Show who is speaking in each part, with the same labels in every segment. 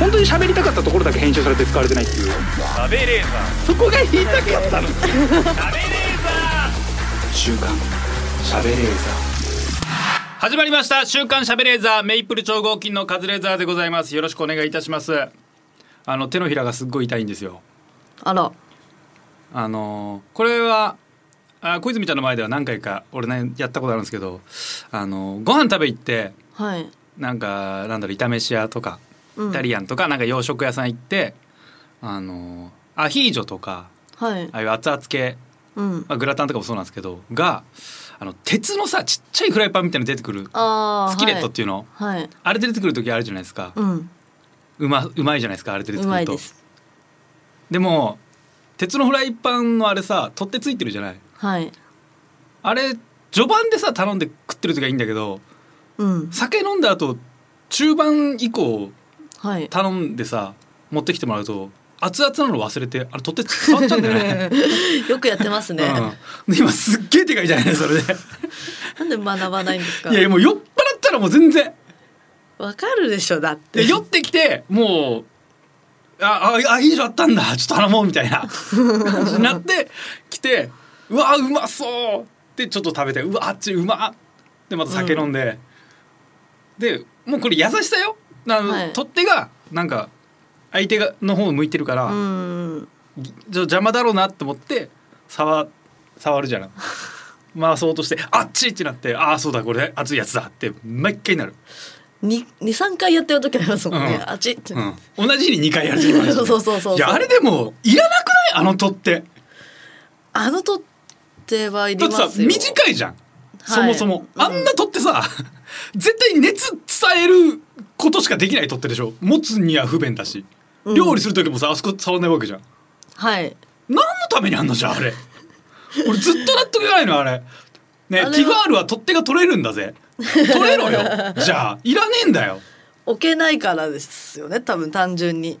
Speaker 1: 本当に喋りたかったところだけ編集されて使われてないっていう
Speaker 2: 食べレーザ
Speaker 1: そこが言いたかったの
Speaker 2: ー食べレーザ
Speaker 1: 週刊喋れー
Speaker 2: ー始まりました週刊しゃべレーザーメイプル超合金のカズレーザーでございますよろしくお願いいたしますあの手のひらがすっごい痛いんですよ
Speaker 3: あら
Speaker 2: あのーこれはあ小泉ちゃんの前では何回か俺ねやったことあるんですけどあのーご飯食べ行って
Speaker 3: はい
Speaker 2: なんかなんだろう炒飯屋とか
Speaker 3: うん
Speaker 2: イタリアンとかなんか洋食屋さん行って、あのーアヒージョとか
Speaker 3: はい
Speaker 2: ああいう熱々系、
Speaker 3: うん
Speaker 2: まあ、グラタンとかもそうなんですけどがあの鉄のさちっちゃいフライパンみたいなの出てくる
Speaker 3: あー
Speaker 2: スキレットっていうの、
Speaker 3: はい、はい、
Speaker 2: あれ出てくる時あるじゃないですか、
Speaker 3: うん
Speaker 2: うまうまいじゃないですかあれ出てく
Speaker 3: う
Speaker 2: ると
Speaker 3: まいです
Speaker 2: でも鉄のフライパンのあれさ取っ手ついてるじゃない
Speaker 3: はい
Speaker 2: あれ序盤でさ頼んで食ってる時はいいんだけど
Speaker 3: うん
Speaker 2: 酒飲んだ後中盤以降
Speaker 3: はい
Speaker 2: 頼んでさ持ってきてもらうと熱々なの忘れてあれ取っ手触っちゃうんだよ ね
Speaker 3: よくやってますね、
Speaker 2: うん、で今すっげえ手が痛いねそれで
Speaker 3: なんで学ばないんですか
Speaker 2: いやいやもう酔っ払ったらもう全然
Speaker 3: わかるでしょだって
Speaker 2: で酔ってきてもう「あああいいじゃあったんだちょっと頼もう」みたいな感じになって来て「うわうまそう!」でちょっと食べて「うわあっちうまっ!」でまた酒飲んで、でもうこれ優しさよあの、
Speaker 3: はい
Speaker 2: 取っ手がなんか相手がの方を向いてるから、
Speaker 3: うん
Speaker 2: ぎちょっと邪魔だろうなって思って触触るじゃない。回そうとして「あっち!」ってなって「ああそうだこれ熱いやつだ」って毎回なる、
Speaker 3: に二三回やってる時ありますもんね、
Speaker 2: うん
Speaker 3: あちって、
Speaker 2: うん、同じに2回やるってことですね
Speaker 3: そうそうそうそう
Speaker 2: いやあれでもいらなくないあの取って
Speaker 3: あの取っ手はい
Speaker 2: だ
Speaker 3: り
Speaker 2: って
Speaker 3: ま
Speaker 2: さ
Speaker 3: すよ
Speaker 2: 短いじゃん、そもそも
Speaker 3: うん
Speaker 2: あんな取ってさ、 絶対熱伝えることしかできない取ってでしょ持つには不便だし
Speaker 3: うん
Speaker 2: 料理する時もさあそこ触んないわけじゃん
Speaker 3: はい
Speaker 2: 何のためにあんのじゃんあれ 俺ずっと納得がないのあれね
Speaker 3: あれは
Speaker 2: ティファールは取っ手が取れるんだぜ取れろよじゃあいらねえんだよ
Speaker 3: 置けないからですよね多分単純に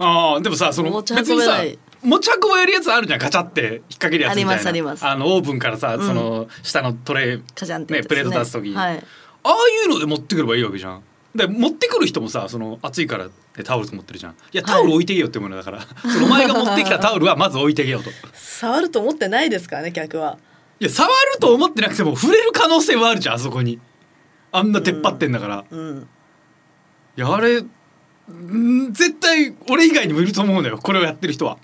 Speaker 2: ああでもさその
Speaker 3: 持ち
Speaker 2: 別
Speaker 3: 運
Speaker 2: に
Speaker 3: べ
Speaker 2: さ
Speaker 3: ない
Speaker 2: 持ち運ばやるやつあるじゃんガチャって引っ掛けるやつみたいな
Speaker 3: ありますあります
Speaker 2: のオーブンからさ、
Speaker 3: うん
Speaker 2: その下のトレイ
Speaker 3: カジャンって
Speaker 2: ね
Speaker 3: やつ
Speaker 2: プ
Speaker 3: です
Speaker 2: レート出す時、
Speaker 3: はい
Speaker 2: ああいうので持ってくればいいわけじゃんで持ってくる人もさその暑いからってタオルと思ってるじゃんいやタオル置いてけよってものだから、そのお前が持ってきたタオル はまず置いてけよとい
Speaker 3: 触ると思ってないですからね客は
Speaker 2: や触ると思ってなくても触れる可能性はあるじゃんあそこにあんな出っ張ってんだから、
Speaker 3: うん
Speaker 2: いやあれん絶対俺以外にもいると思うのよこれをやってる人は。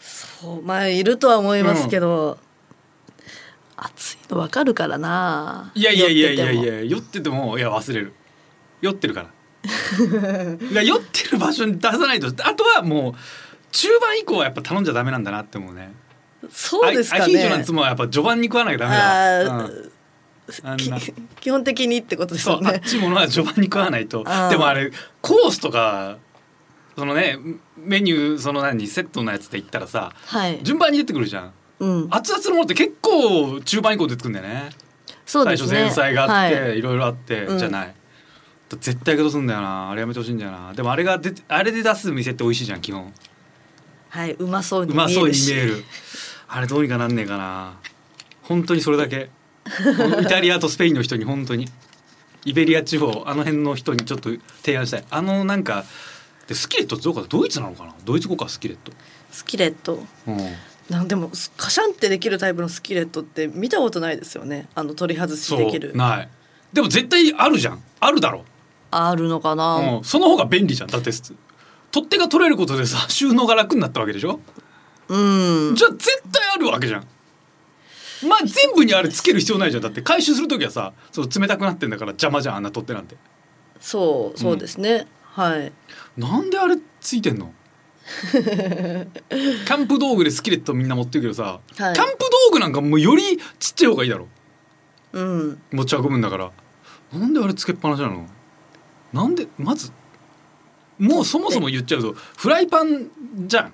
Speaker 3: そうまあいるとは思いますけど、暑いのわかるからない
Speaker 2: やいやいやいやい
Speaker 3: や
Speaker 2: や酔っててもいや忘れる酔ってるからいや酔ってる場所に出さないとあとはもう中盤以降はやっぱ頼んじゃダメなんだなって思うね
Speaker 3: そうです
Speaker 2: ア
Speaker 3: か
Speaker 2: ヒアヒージョなん
Speaker 3: ね
Speaker 2: つもやっぱ序盤に食わなきゃダメだわ、
Speaker 3: あ
Speaker 2: うんあ
Speaker 3: ー
Speaker 2: ん
Speaker 3: き
Speaker 2: な
Speaker 3: 基本的にってことです
Speaker 2: そ
Speaker 3: よ
Speaker 2: うあっ
Speaker 3: ね
Speaker 2: ちものは序盤に食わないと
Speaker 3: あー
Speaker 2: でもあれコースとかそのねメニューその何セットのやつで言ったらさ
Speaker 3: はい
Speaker 2: 順番に出てくるじゃん
Speaker 3: うん
Speaker 2: 熱々のものって結構中盤以降出てくるんだよね
Speaker 3: そう
Speaker 2: 最
Speaker 3: で
Speaker 2: 初
Speaker 3: す
Speaker 2: 前
Speaker 3: ね
Speaker 2: 菜があって、、
Speaker 3: はい
Speaker 2: ろいろあって、
Speaker 3: うん
Speaker 2: じゃない絶対どうすんだよなあれやめてほしいんだよなでもあれがであれで出す店って美味しいじゃん基本
Speaker 3: はい、うまそう
Speaker 2: う
Speaker 3: に見
Speaker 2: ま
Speaker 3: え
Speaker 2: そう
Speaker 3: る
Speaker 2: に見
Speaker 3: し
Speaker 2: えるあれどうにかなんねえかな本当にそれだ けイタリアとスペインの人に本当にイベリア地方あの辺の人にちょっと提案したいあのなんかでスキレットってどうかドイツなのかなドイツ語かスキレット、
Speaker 3: スキレット
Speaker 2: うん、
Speaker 3: なんでもカシャンってできるタイプのスキレットって見たことないですよねあの取り外し
Speaker 2: そ
Speaker 3: できる
Speaker 2: うないでも絶対あるじゃんあるだろ
Speaker 3: あるのかな、
Speaker 2: うん、その方が便利じゃんだって取っ手が取れることでさ 収納が楽になったわけでしょ、
Speaker 3: うん
Speaker 2: じゃあ絶対あるわけじゃんまあ全部にあれつける必要ないじゃんだって回収する時はさそう冷たくなってんだから邪魔じゃんあんな取っ手なんて
Speaker 3: そうそうですね、はい
Speaker 2: なんであれついてん のキャンプ道具でスキレットみんな持ってるけどさ、
Speaker 3: はい
Speaker 2: キャンプ道具なんかもうよりちっちゃい方がいいだろ
Speaker 3: うん
Speaker 2: 持ち運ぶんだからなんであれつけっぱなしなのなんでまずもうそもそも言っちゃうとフライパンじゃん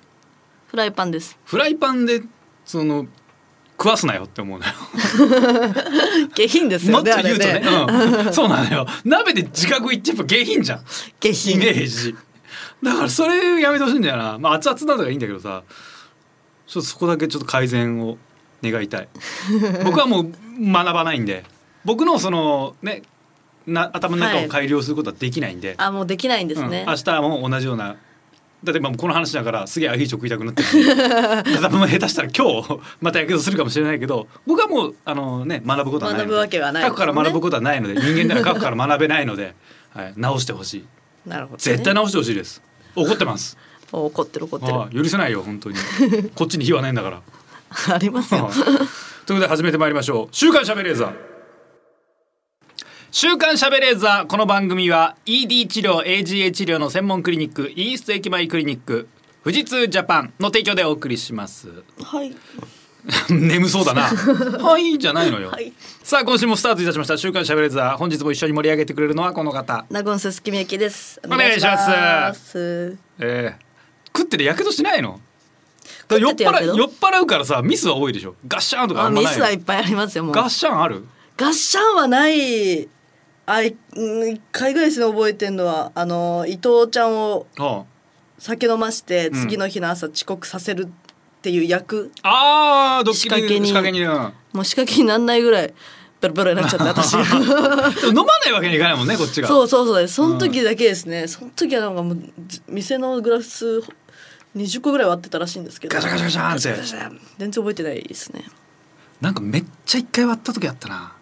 Speaker 3: フライパンです
Speaker 2: フライパンでその食わすなよって思うのよ。
Speaker 3: 下品です
Speaker 2: もっ
Speaker 3: よね
Speaker 2: と
Speaker 3: あ
Speaker 2: 言
Speaker 3: れ
Speaker 2: うとね
Speaker 3: ね、
Speaker 2: う ん、そうなのよ。鍋で自覚言ってやっぱ下品じゃん。
Speaker 3: 下
Speaker 2: イ
Speaker 3: 品
Speaker 2: メージ。だからそれやめてほしいんだよな。まあ熱々なのがいいんだけどさ、ちょっとそこだけちょっと改善を願いたい。僕はもう学ばないんで、僕のそのねな頭の中を改良することはできないんで、
Speaker 3: あもうできないんですね、
Speaker 2: うん、明日も同じようなだってまあこの話だからすげえアヒージョ食いたくなってる しだからもう下手したら今日またやけどするかもしれないけど僕はもうあの、ね、学ぶことはないの
Speaker 3: 学ぶわけはないですね
Speaker 2: 過去から学ぶことはないので人間なら過去から学べないので、はい、直してほしい
Speaker 3: なるほど、ね、
Speaker 2: 絶対直してほしいです怒ってます
Speaker 3: 怒ってる怒ってる
Speaker 2: あ
Speaker 3: あ
Speaker 2: 許せないよ本当にこっちに火はないんだから。
Speaker 3: りますよ、
Speaker 2: はいということで始めてまいりましょう「週刊しゃべレーザー」週刊しゃべレーザーこの番組は ED 治療 AGA 治療の専門クリニックイースト駅前クリニック富士通ジャパンの提供でお送りします。
Speaker 3: はい
Speaker 2: 眠そうだ な。はいじゃないのよ。
Speaker 3: はい
Speaker 2: さあ今週もスタートいたしました週刊しゃべレーザー本日も一緒に盛り上げてくれるのはこの方。
Speaker 3: ナゴンススキミユキですお
Speaker 2: 願いします
Speaker 3: 願いします
Speaker 2: えー、食っててやけどしないのだから酔っ
Speaker 3: 食ってて
Speaker 2: 払
Speaker 3: や
Speaker 2: う
Speaker 3: けど
Speaker 2: 酔っ払うからさミスは多いでしょガッシャーンとかあ
Speaker 3: あ
Speaker 2: んま
Speaker 3: ミ
Speaker 2: ない
Speaker 3: ス
Speaker 2: の
Speaker 3: はいっぱいありますよもう
Speaker 2: ガッシャーンある
Speaker 3: ガッシャンはないあいうん一回ぐらいですね覚えてんのはあの伊藤ちゃんを
Speaker 2: あ
Speaker 3: 酒飲まして
Speaker 2: うん
Speaker 3: 次の日の朝遅刻させるっていう役、
Speaker 2: ああードッキリ仕
Speaker 3: 仕
Speaker 2: 掛
Speaker 3: 掛
Speaker 2: け
Speaker 3: け
Speaker 2: に
Speaker 3: 人
Speaker 2: うん
Speaker 3: もう仕掛けになんないぐらいベロベロになっち ゃった私
Speaker 2: でも飲まないわけにいかないもんねこっちが
Speaker 3: そうそうそうですその時だけですね、その時はなんかもうず店のグラス20個ぐらい割ってたらしいんですけど
Speaker 2: ガシャガシャガシャンって
Speaker 3: ガシャガシャン全然覚えてないですね
Speaker 2: なんかめっちゃ一回割った時あったな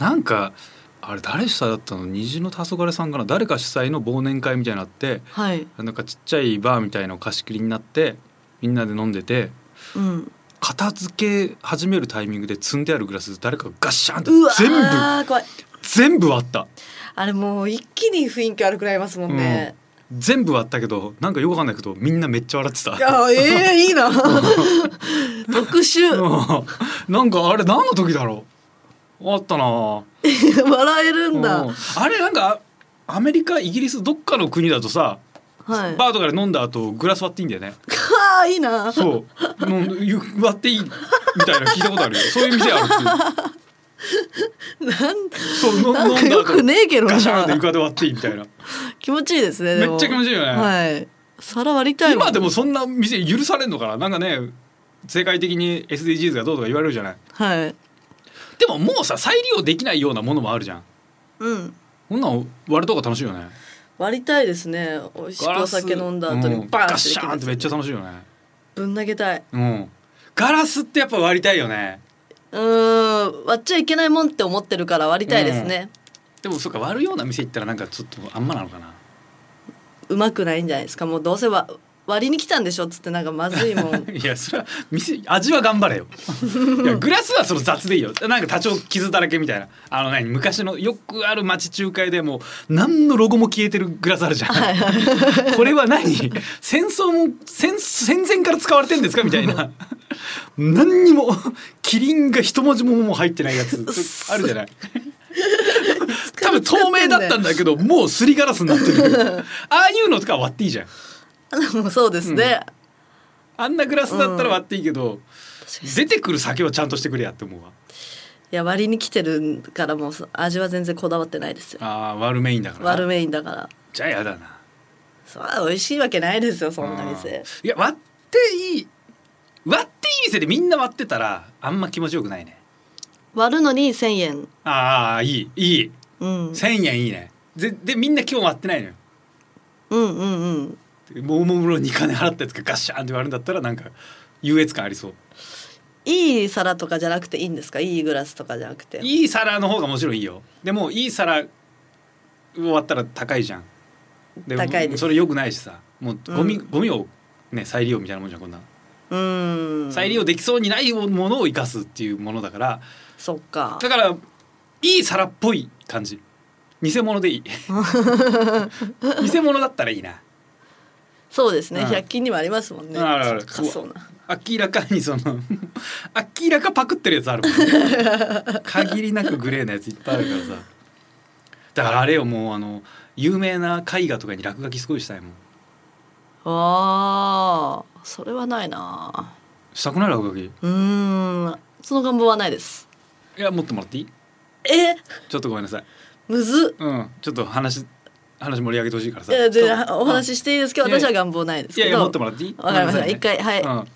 Speaker 2: なんかあれ誰主催だったの虹の黄昏さんかな誰か主催の忘年会みたいになって
Speaker 3: はい
Speaker 2: なんかちっちゃいバーみたいのを貸し切りになってみんなで飲んでて
Speaker 3: うん
Speaker 2: 片付け始めるタイミングで積んであるグラス誰かがガッシャンって
Speaker 3: うわー
Speaker 2: 全部
Speaker 3: 怖い
Speaker 2: 全部割った
Speaker 3: あれもう一気に雰囲気悪くなりますもんね、
Speaker 2: 全部割ったけどなんかよくわかんないけどみんなめっちゃ笑ってた
Speaker 3: いやええい いな特殊
Speaker 2: うん なんかあれ何の時だろうあったな
Speaker 3: 笑えるんだ、
Speaker 2: うんあれなんかあアメリカイギリスどっかの国だとさ、
Speaker 3: はい
Speaker 2: バーとかで飲んだ後グラス割っていいんだよね
Speaker 3: かーいいな
Speaker 2: そう飲んゆ割っていいみたいなの聞いたことあるよそういう店あるって
Speaker 3: なん
Speaker 2: いうそうの
Speaker 3: なん
Speaker 2: 飲
Speaker 3: か
Speaker 2: んだ
Speaker 3: よく
Speaker 2: 後
Speaker 3: ねえけどな
Speaker 2: ガシャンって床で割っていいみ たいな
Speaker 3: 気持ちいいですねでも
Speaker 2: めっちゃ気持ちいいよね
Speaker 3: はい皿割りたいもん
Speaker 2: 今でもそんな店許されんのかななんかね世界的に SDGs がどうとか言われるじゃない
Speaker 3: はい
Speaker 2: でももうさ再利用できないようなものもあるじゃん
Speaker 3: うん
Speaker 2: こんなん割るとか楽しいよね
Speaker 3: 割りたいですね美味しくお酒飲んだ後
Speaker 2: う
Speaker 3: に
Speaker 2: んガ
Speaker 3: バーンってでき
Speaker 2: シャ
Speaker 3: る
Speaker 2: ーン
Speaker 3: や
Speaker 2: って
Speaker 3: つ
Speaker 2: めっちゃ楽しいよね
Speaker 3: ぶん投げたい
Speaker 2: うんガラスってやっぱ割りたいよね
Speaker 3: うーん割っちゃいけないもんって思ってるから割りたいですね、
Speaker 2: でもそうか割るような店行ったらなんかちょっとあんまなのかな
Speaker 3: うまくないんじゃないですかもうどうせわ割りに来たんでしょっつってなんかまず いもん
Speaker 2: いやそれは店味は頑張れよい やグラスはその雑でいいよなんか多少傷だらけみたいなあの何昔のよくある町中華でもう何のロゴも消えてるグラスあるじゃん、これは何戦争も戦戦前から使われてんですかみたいな何にもキリンが一文字ももう入ってないやつあるじゃない多分透明だったんだけどもうすりガラスになって るああいうのとかは割っていいじゃん
Speaker 3: もうそうですね、
Speaker 2: あんなグラスだったら割っていいけど、出てくる酒はちゃんとしてくれやって思うわ
Speaker 3: いや割りに来てるからもう味は全然こだわってないですよ
Speaker 2: ああ割るメインだからな
Speaker 3: 割るメインだから
Speaker 2: じゃあやだな
Speaker 3: そら美味しいわけないですよそんな店
Speaker 2: うんいや割っていい割っていい店でみんな割ってたらあんま気持ちよくないね
Speaker 3: 割るのに1,000円
Speaker 2: ああいいいい
Speaker 3: うん、
Speaker 2: 1,000円いいねででみんな今日割ってないのよ
Speaker 3: うんうんうん
Speaker 2: もうおもむろに金払ったやつがガッシャンって割るんだったらなんか優越感ありそう
Speaker 3: いい皿とかじゃなくていいんですかいいグラスとかじゃなくて
Speaker 2: いい皿の方がもちろんいいよでもいい皿終わったら高いじゃんで
Speaker 3: 高いです
Speaker 2: それ良くないしさもうゴミ、
Speaker 3: う
Speaker 2: ゴミをね再利用みたいなもんじゃんこんな
Speaker 3: うん
Speaker 2: 再利用できそうにないものを生かすっていうものだから
Speaker 3: そっか
Speaker 2: だからいい皿っぽい感じ偽物 でいい偽物だったらいいな
Speaker 3: そうですね、
Speaker 2: うん
Speaker 3: 100均にもありますもんね
Speaker 2: あるある
Speaker 3: 高そうな
Speaker 2: 明らかにその明らかパクってるやつあるもん、ね、限りなくグレーなやついっぱいあるからさだからあれよもうあの有名な絵画とかに落書きすごいしたいもん
Speaker 3: あーそれはないな
Speaker 2: したくない落書き
Speaker 3: うーんその願望はないです
Speaker 2: いや持ってもらっていい
Speaker 3: え
Speaker 2: ちょっとごめんなさい
Speaker 3: むずっ
Speaker 2: うんちょっと話話盛り上げてほしいから
Speaker 3: い
Speaker 2: さ
Speaker 3: や全然
Speaker 2: ちょっと
Speaker 3: お話ししていいですけど
Speaker 2: いやい
Speaker 3: 私
Speaker 2: や
Speaker 3: は願望ないです
Speaker 2: いや
Speaker 3: け
Speaker 2: いや
Speaker 3: ど
Speaker 2: 持ってもらっていい
Speaker 3: わかりました一
Speaker 2: ごめんなさいね
Speaker 3: 回はい、
Speaker 2: うん
Speaker 3: わ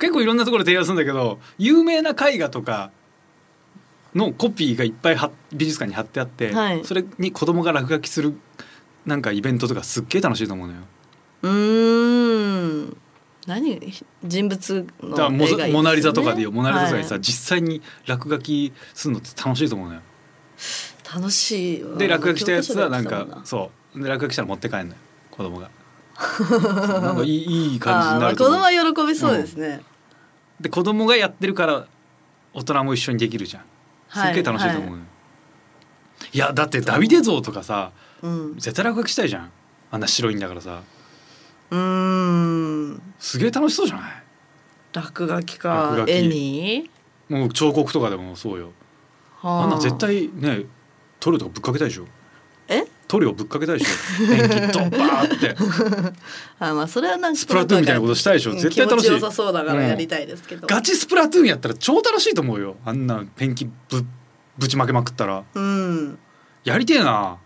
Speaker 2: 結構いろんなところで提案するんだけど有名な絵画とかのコピーがいっぱいは美術館に貼ってあって、
Speaker 3: はい
Speaker 2: それに子供が落書きするなんかイベントとかすっげえ楽しいと思うのよ。
Speaker 3: うーん何人物
Speaker 2: だから
Speaker 3: の
Speaker 2: モ
Speaker 3: 絵
Speaker 2: ザ
Speaker 3: がいいですよね
Speaker 2: モナリザとかでよモナリザとかでさ、
Speaker 3: は
Speaker 2: 実際に落書きするのって楽しいと思うのよ。
Speaker 3: い楽しいわ
Speaker 2: で落書きしたやつはなん
Speaker 3: 教科書でや
Speaker 2: か
Speaker 3: って
Speaker 2: そうで落書きしたら持って帰るのよ子供が。なんかいいいい
Speaker 3: たもんな
Speaker 2: 感じにな
Speaker 3: あーまあ
Speaker 2: る
Speaker 3: 子
Speaker 2: と思う
Speaker 3: 供。は喜びそうですね、
Speaker 2: で子供がやってるから大人も一緒にできるじゃん。すっげえ楽しいと思うのよ。
Speaker 3: はい
Speaker 2: やだってダビデ像とかさ
Speaker 3: うんう
Speaker 2: 絶対落書きしたいじゃんあんな白いんだからさ
Speaker 3: ーん
Speaker 2: すげえ楽しそうじゃない
Speaker 3: 落書きか
Speaker 2: 落書き
Speaker 3: 絵に
Speaker 2: もう彫刻とかでもそうよ
Speaker 3: は
Speaker 2: あんな絶対ね塗料とかぶっかけたいでしょ
Speaker 3: え
Speaker 2: 塗料ぶっかけたいでしょ電気ドッバ ーって
Speaker 3: あーまあそれはなんか
Speaker 2: スプラトゥーンみたいなことしたいでしょ
Speaker 3: うん
Speaker 2: 絶対楽し
Speaker 3: 気
Speaker 2: い
Speaker 3: 持ちよさそうだからやりたいですけど、
Speaker 2: ガチスプラトゥーンやったら超楽しいと思うよあんなペンキぶぶちまけまくったら
Speaker 3: うん
Speaker 2: やりてえな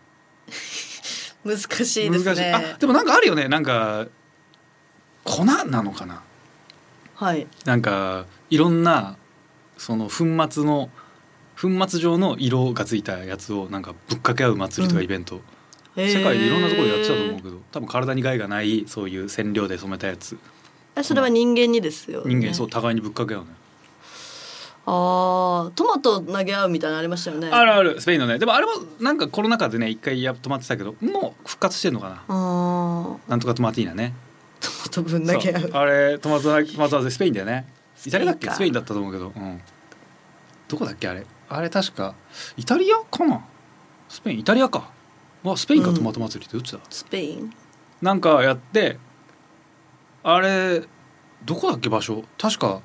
Speaker 3: 難しいですね
Speaker 2: あでもなんかあるよねなんか粉なのかな
Speaker 3: はい
Speaker 2: なんかいろんなその粉末の粉末状の色がついたやつをなんかぶっかけ合う祭りとかイベント、世界でいろんなところでやってたと思うけ
Speaker 3: ど
Speaker 2: ど多分体に害がないそういう染料で染めたやつ
Speaker 3: それは人間にですよ、ね、
Speaker 2: 人間そう互いにぶっかけ合うね、
Speaker 3: ああトマト投げ合うみたいなのありましたよね
Speaker 2: あるあるスペインのねでもあれもなんかコロナ禍でね一回や止まってたけどもう復活してんのかな
Speaker 3: あー
Speaker 2: なんとかトマティーナね
Speaker 3: トマトぶん投げ合
Speaker 2: そう
Speaker 3: う
Speaker 2: あれトマトナトマトナスペインだよねイタリアだっけ
Speaker 3: スペインか
Speaker 2: スペインだったと思うけど、うん、どこだっけあれあれ確かイタリアかなスペインイタリアかわスペインか
Speaker 3: うん
Speaker 2: トマト祭りってどっちだ、
Speaker 3: スペイン
Speaker 2: なんかやってあれどこだっけ場所確か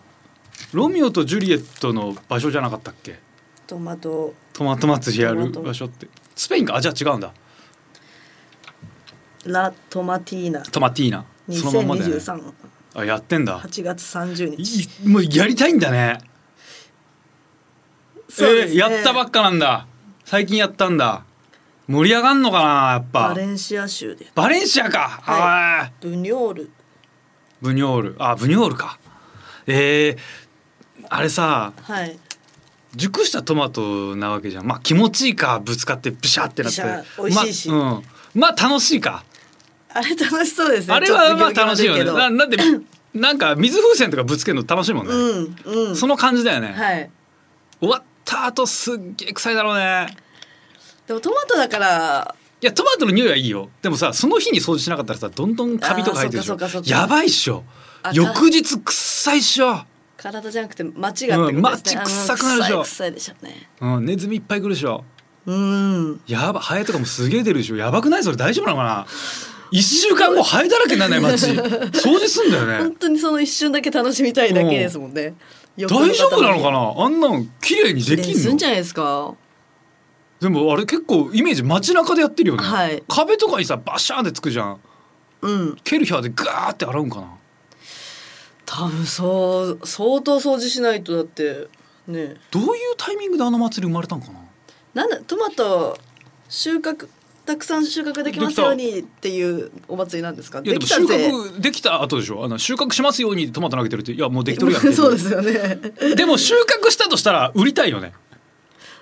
Speaker 2: ロミオとジュリエットの場所じゃなかったっけ
Speaker 3: トマト
Speaker 2: トマト祭りやる
Speaker 3: トマト
Speaker 2: 場所ってスペインかあじゃあ違うんだ
Speaker 3: ラ・トマティーナ
Speaker 2: トマティーナそのまんまだよね
Speaker 3: 20238
Speaker 2: あやってんだ
Speaker 3: 月30
Speaker 2: い
Speaker 3: 日
Speaker 2: いもうやりたいんだね
Speaker 3: そうです
Speaker 2: え
Speaker 3: ね
Speaker 2: ーやったばっかなんだ最近やったんだ盛り上がんのかなやっぱ
Speaker 3: バレンシア州で
Speaker 2: バレンシアか、
Speaker 3: は
Speaker 2: あー
Speaker 3: ブニョール
Speaker 2: ブニョールあブニョールかえー、あれさ
Speaker 3: はい
Speaker 2: 熟したトマトなわけじゃんまあ気持ちいいかぶつかってブシャってなって
Speaker 3: ブシャ美味しいし
Speaker 2: ま,、うん、まあ楽しいか
Speaker 3: あれ楽しそうですね
Speaker 2: あれは
Speaker 3: ちょ
Speaker 2: ま
Speaker 3: っ
Speaker 2: あ
Speaker 3: と行
Speaker 2: 楽しいよね
Speaker 3: 儀悪
Speaker 2: な
Speaker 3: けど
Speaker 2: なんでなんか水風船とかぶつけるの楽しいもんね、
Speaker 3: うんうん
Speaker 2: その感じだよね、
Speaker 3: はい
Speaker 2: 終わった後すっげえ臭いだろうね
Speaker 3: でもトマトだから
Speaker 2: いやトマトの匂いはいいよでもさその日に掃除しなかったらさどんどんカビとか入ってるでし
Speaker 3: あーそっかそ
Speaker 2: ょ
Speaker 3: っかそっか
Speaker 2: やばいっしょ
Speaker 3: あ
Speaker 2: 翌日臭いっしょ、
Speaker 3: 体じゃなくて街がってことで
Speaker 2: うん
Speaker 3: すね、
Speaker 2: 街
Speaker 3: あの
Speaker 2: 臭くなるでしょ
Speaker 3: 臭い臭いでしょうね
Speaker 2: うん、ネズミいっぱい来るでしょ
Speaker 3: うん
Speaker 2: やばハエとかもすげえ出るでしょやばくないそれ大丈夫なのかな1週間後ハエだらけにならない街掃除すんだよ
Speaker 3: 本
Speaker 2: ね
Speaker 3: 当にその一瞬だけ楽しみたいだけですもんね。大
Speaker 2: 大丈夫なのかなあんなの綺麗にでき
Speaker 3: でき
Speaker 2: ん
Speaker 3: んじゃ
Speaker 2: の
Speaker 3: ないですか。
Speaker 2: でもあれ結構イメージ街中でやってるよね、
Speaker 3: はい
Speaker 2: 壁とかにさバシャーンってつくじゃん
Speaker 3: うん、
Speaker 2: ケルヒャーでガーって洗うんかな
Speaker 3: 多分そう相当掃除しないとだってね。
Speaker 2: どういうタイミングであの祭り生まれたんかな
Speaker 3: なんだトマト収穫たくさん収穫できますようにっていうお祭りなんですか。
Speaker 2: いやで
Speaker 3: で
Speaker 2: も
Speaker 3: き
Speaker 2: 収
Speaker 3: たぜ。
Speaker 2: 穫できた後でしょあの収穫しますようにトマト投げてるっていやもうできとるやんけ
Speaker 3: そうですよね。
Speaker 2: でも収穫したとしたら売りたいよね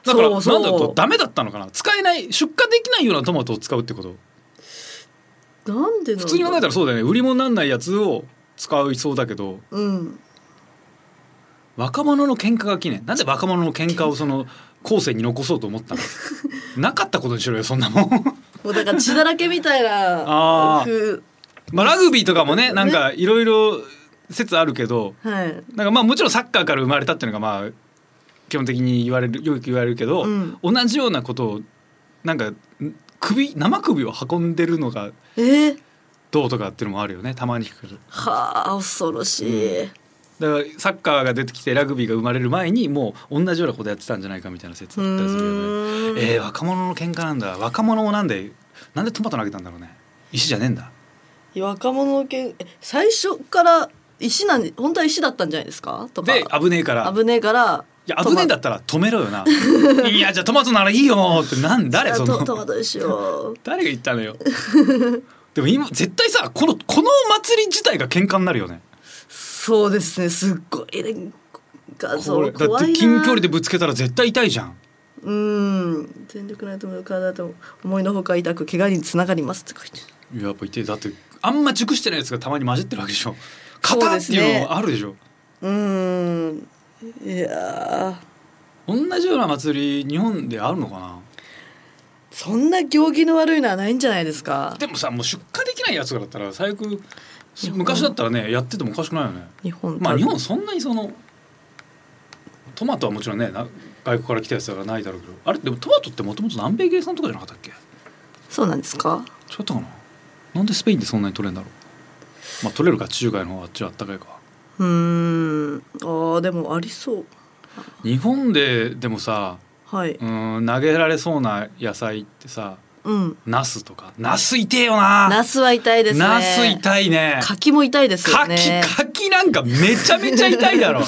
Speaker 2: だから
Speaker 3: そう
Speaker 2: な
Speaker 3: そうん
Speaker 2: だとダメだったのかな使えない出荷できないようなトマトを使うってこと
Speaker 3: なんでなんだろう
Speaker 2: 普通に考えたらそうだよね売り物になんないやつを使いそうだけど
Speaker 3: うん。
Speaker 2: 若者の喧嘩が記念なんで若者の喧嘩をその後世に残そうと思 ったのなかったことにしろよそんな もん
Speaker 3: もうだから血だらけみたいな
Speaker 2: あー
Speaker 3: ふう
Speaker 2: まあラグビーとかもねなんかいろいろ説あるけど
Speaker 3: はい。
Speaker 2: なんかまあもちろんサッカーから生まれたっていうのがまあ基本的に言われるよく言われるけど、
Speaker 3: うん
Speaker 2: 同じようなことをなんかん首生首を運んでるのが
Speaker 3: えー、
Speaker 2: どうとかっていうのもあるよねたまに聞くけど
Speaker 3: はあ恐ろしい。
Speaker 2: だからサッカーが出てきてラグビーが生まれる前にもう同じようなことやってたんじゃないかみたいな説
Speaker 3: う
Speaker 2: だったりするよね。
Speaker 3: ーん
Speaker 2: えー、若者の喧嘩なんだ若者もなんでなんでトマト投げたんだろうね石じゃねえんだ
Speaker 3: 若者のけんえ最初から石なんで本当は石だったんじゃないですかとか
Speaker 2: で危ねえから
Speaker 3: 危ねえから
Speaker 2: いや危ねえんだったら止めろよ ないやじゃあトマトならいいよってなん
Speaker 3: あ
Speaker 2: 誰
Speaker 3: と
Speaker 2: その
Speaker 3: トマトにしよう
Speaker 2: 誰が言ったのよ でも今絶対さこのこの祭り自体が喧嘩になるよね
Speaker 3: そうですねすっごいね画像
Speaker 2: こ
Speaker 3: 怖
Speaker 2: れ
Speaker 3: い
Speaker 2: だ
Speaker 3: な
Speaker 2: って近距離でぶつけたら絶対痛いじゃん
Speaker 3: うん全力の友の体と思いのほか痛く怪我につながりますって書いてる
Speaker 2: いややっぱ痛いだってあんま熟してないやつがたまに混じってるわけでしょ
Speaker 3: そう
Speaker 2: 型
Speaker 3: で
Speaker 2: って
Speaker 3: す
Speaker 2: い
Speaker 3: ね
Speaker 2: うのあるでしょ
Speaker 3: うんいやー
Speaker 2: 同じような祭り日本であるのかな
Speaker 3: そんな行儀の悪いのはないんじゃないですか
Speaker 2: でもさもう出荷できないやつらだったら最悪昔だったらねやっててもおかしくないよね
Speaker 3: 日本
Speaker 2: まあ日本そんなにそのトマトはもちろんねな外国から来たやつはないだろうけどあれでもトマトってもともと南米原産とかじゃなかったっけ違
Speaker 3: そうなんですか
Speaker 2: ったかななんでスペインでそんなに取れるんだろうまあ取れるか中華の方があっちはあったかいか
Speaker 3: うーんあーでもありそう
Speaker 2: 日本ででもさ
Speaker 3: はいう
Speaker 2: ーん投げられそうな野菜ってさ
Speaker 3: うん
Speaker 2: ナスとかナス痛えよな
Speaker 3: ナスは痛いですね
Speaker 2: ナス痛いね
Speaker 3: 柿も痛いですよ
Speaker 2: 柿
Speaker 3: ね
Speaker 2: 柿なんかめちゃめちゃ痛いだろ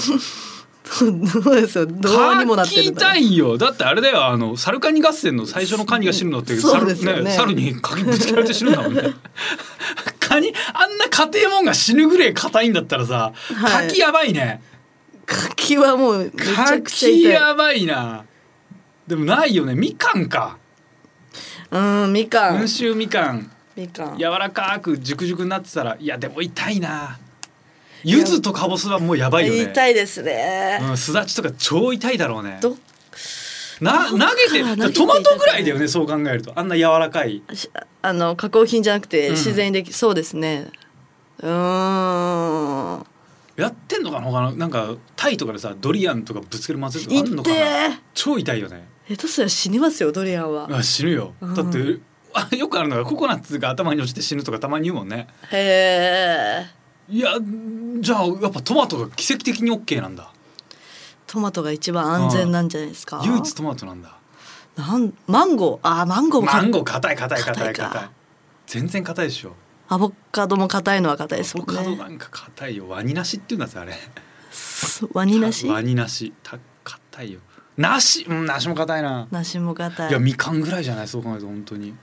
Speaker 3: そうですよ どうにもなって
Speaker 2: 柿
Speaker 3: るから
Speaker 2: 痛いよだってあれだよあのサルカニ合戦の最初のカニが死ぬのって
Speaker 3: そう
Speaker 2: 猿
Speaker 3: ですよね
Speaker 2: 猿に柿ぶつけられて死ぬんだもんねカニあんな硬いもんが死ぬぐらい硬いんだったらさ、
Speaker 3: はい
Speaker 2: 柿やばいね
Speaker 3: 柿はもうめちゃくちゃ
Speaker 2: 柿
Speaker 3: 痛い
Speaker 2: やばいなでもないよねみかんか
Speaker 3: うんみかん
Speaker 2: 温州みかん
Speaker 3: みかん
Speaker 2: 柔らかく熟々になってたらいやでも痛いな柚子とかぼすはもうやばいよね
Speaker 3: 痛いですね、
Speaker 2: うん、すだちとか超痛いだろうね
Speaker 3: ど
Speaker 2: な投げ
Speaker 3: どっから
Speaker 2: て
Speaker 3: 投げて
Speaker 2: トマトぐらいだよねそう考えるとあんな柔らかい
Speaker 3: しあの加工品じゃなくて
Speaker 2: うん
Speaker 3: 自然にでき、そうですねうーん
Speaker 2: やってんのかな他のなんかタイとかでさドリアンとかぶつける祭りとかあん
Speaker 3: 痛
Speaker 2: の
Speaker 3: っ
Speaker 2: かな
Speaker 3: て
Speaker 2: 超痛いよね
Speaker 3: 下手すら死にますよドリアンは
Speaker 2: あ死ぬよ
Speaker 3: うん
Speaker 2: だって、あよくあるのがココナッツが頭に落ちて死ぬとかたまに言うもんね
Speaker 3: へえ
Speaker 2: いやじゃあやっぱトマトが奇跡的に OK なんだ
Speaker 3: トマトが一番安全なんじゃないですか
Speaker 2: 唯一トマトなんだ
Speaker 3: なんマンゴーあーマンゴーもか
Speaker 2: マンゴー硬い硬い硬い
Speaker 3: 硬い
Speaker 2: 硬い
Speaker 3: か
Speaker 2: 全然硬いでしょ
Speaker 3: アボカドも硬いのは硬いです
Speaker 2: ア
Speaker 3: も
Speaker 2: ボ
Speaker 3: ん
Speaker 2: カドな
Speaker 3: ね
Speaker 2: んか硬いよワニなしっていうんだぜあれ
Speaker 3: すワニなし
Speaker 2: ワニなした硬いよなしうんなしも硬いな、
Speaker 3: 梨も硬
Speaker 2: い、
Speaker 3: い
Speaker 2: やみかんぐらいじゃないそう考えると本当に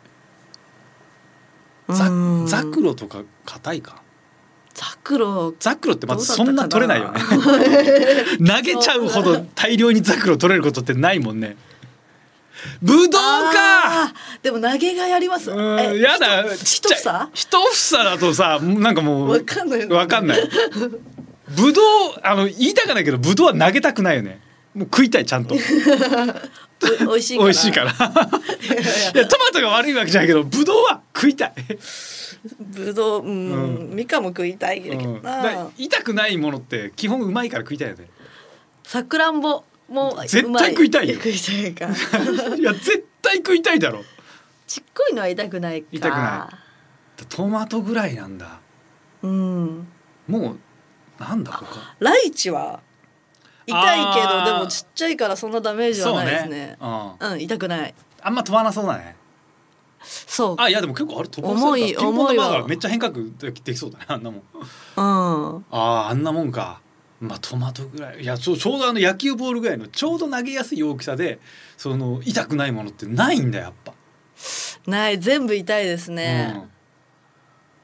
Speaker 3: う
Speaker 2: ざ
Speaker 3: ーん
Speaker 2: ザクロとか硬いか
Speaker 3: ザクロ
Speaker 2: ザクロってまずそ
Speaker 3: ど
Speaker 2: ん
Speaker 3: う
Speaker 2: な
Speaker 3: だった
Speaker 2: 取れ
Speaker 3: かな
Speaker 2: ないよね 投げちゃうほど大量にザクロ取れることってないもんねブドウか
Speaker 3: あーでも投げがやります
Speaker 2: うん
Speaker 3: え
Speaker 2: やだちっ
Speaker 3: 一
Speaker 2: ちゃい
Speaker 3: 房
Speaker 2: 一房だとさなんかもう
Speaker 3: わかんない
Speaker 2: わかんないブドウあの言いたくないけどブドウは投げたくないよねもう食いたいちゃんと
Speaker 3: お美味し
Speaker 2: 美
Speaker 3: いから
Speaker 2: 味しいから いやトマトが悪いわけじゃないけどブドウは食いたい、
Speaker 3: ぶどううん、みかんも食いたいけ
Speaker 2: う
Speaker 3: ど
Speaker 2: ん、だから
Speaker 3: な
Speaker 2: 痛くないものって基本うまいから食いたいよね
Speaker 3: さくらんぼもうまい
Speaker 2: 絶対食いたいよ
Speaker 3: 食いたいか
Speaker 2: いや絶対食いたいだろ
Speaker 3: ちっこいのは痛くないか
Speaker 2: 痛くなトマトぐらいなんだ
Speaker 3: うん
Speaker 2: もうなんだ他
Speaker 3: ライチは痛いけ
Speaker 2: あ
Speaker 3: ど
Speaker 2: ー
Speaker 3: でもちっちゃいからそんなダメージはないですね
Speaker 2: うん、あ
Speaker 3: うん痛くない
Speaker 2: んま飛ばなそうだね
Speaker 3: そう
Speaker 2: あいやでも結構あれ飛ば
Speaker 3: 重
Speaker 2: せ
Speaker 3: い
Speaker 2: るからピンポン
Speaker 3: 重い
Speaker 2: 玉
Speaker 3: わ
Speaker 2: だからめっちゃ変化球できそうだねあんなもん
Speaker 3: うん
Speaker 2: あああんなもんかまあトマトぐらいいやちょちょうどあの野球ボールぐらいのちょうど投げやすい大きさでその痛くないものってないんだよやっぱ
Speaker 3: ない全部痛いですね、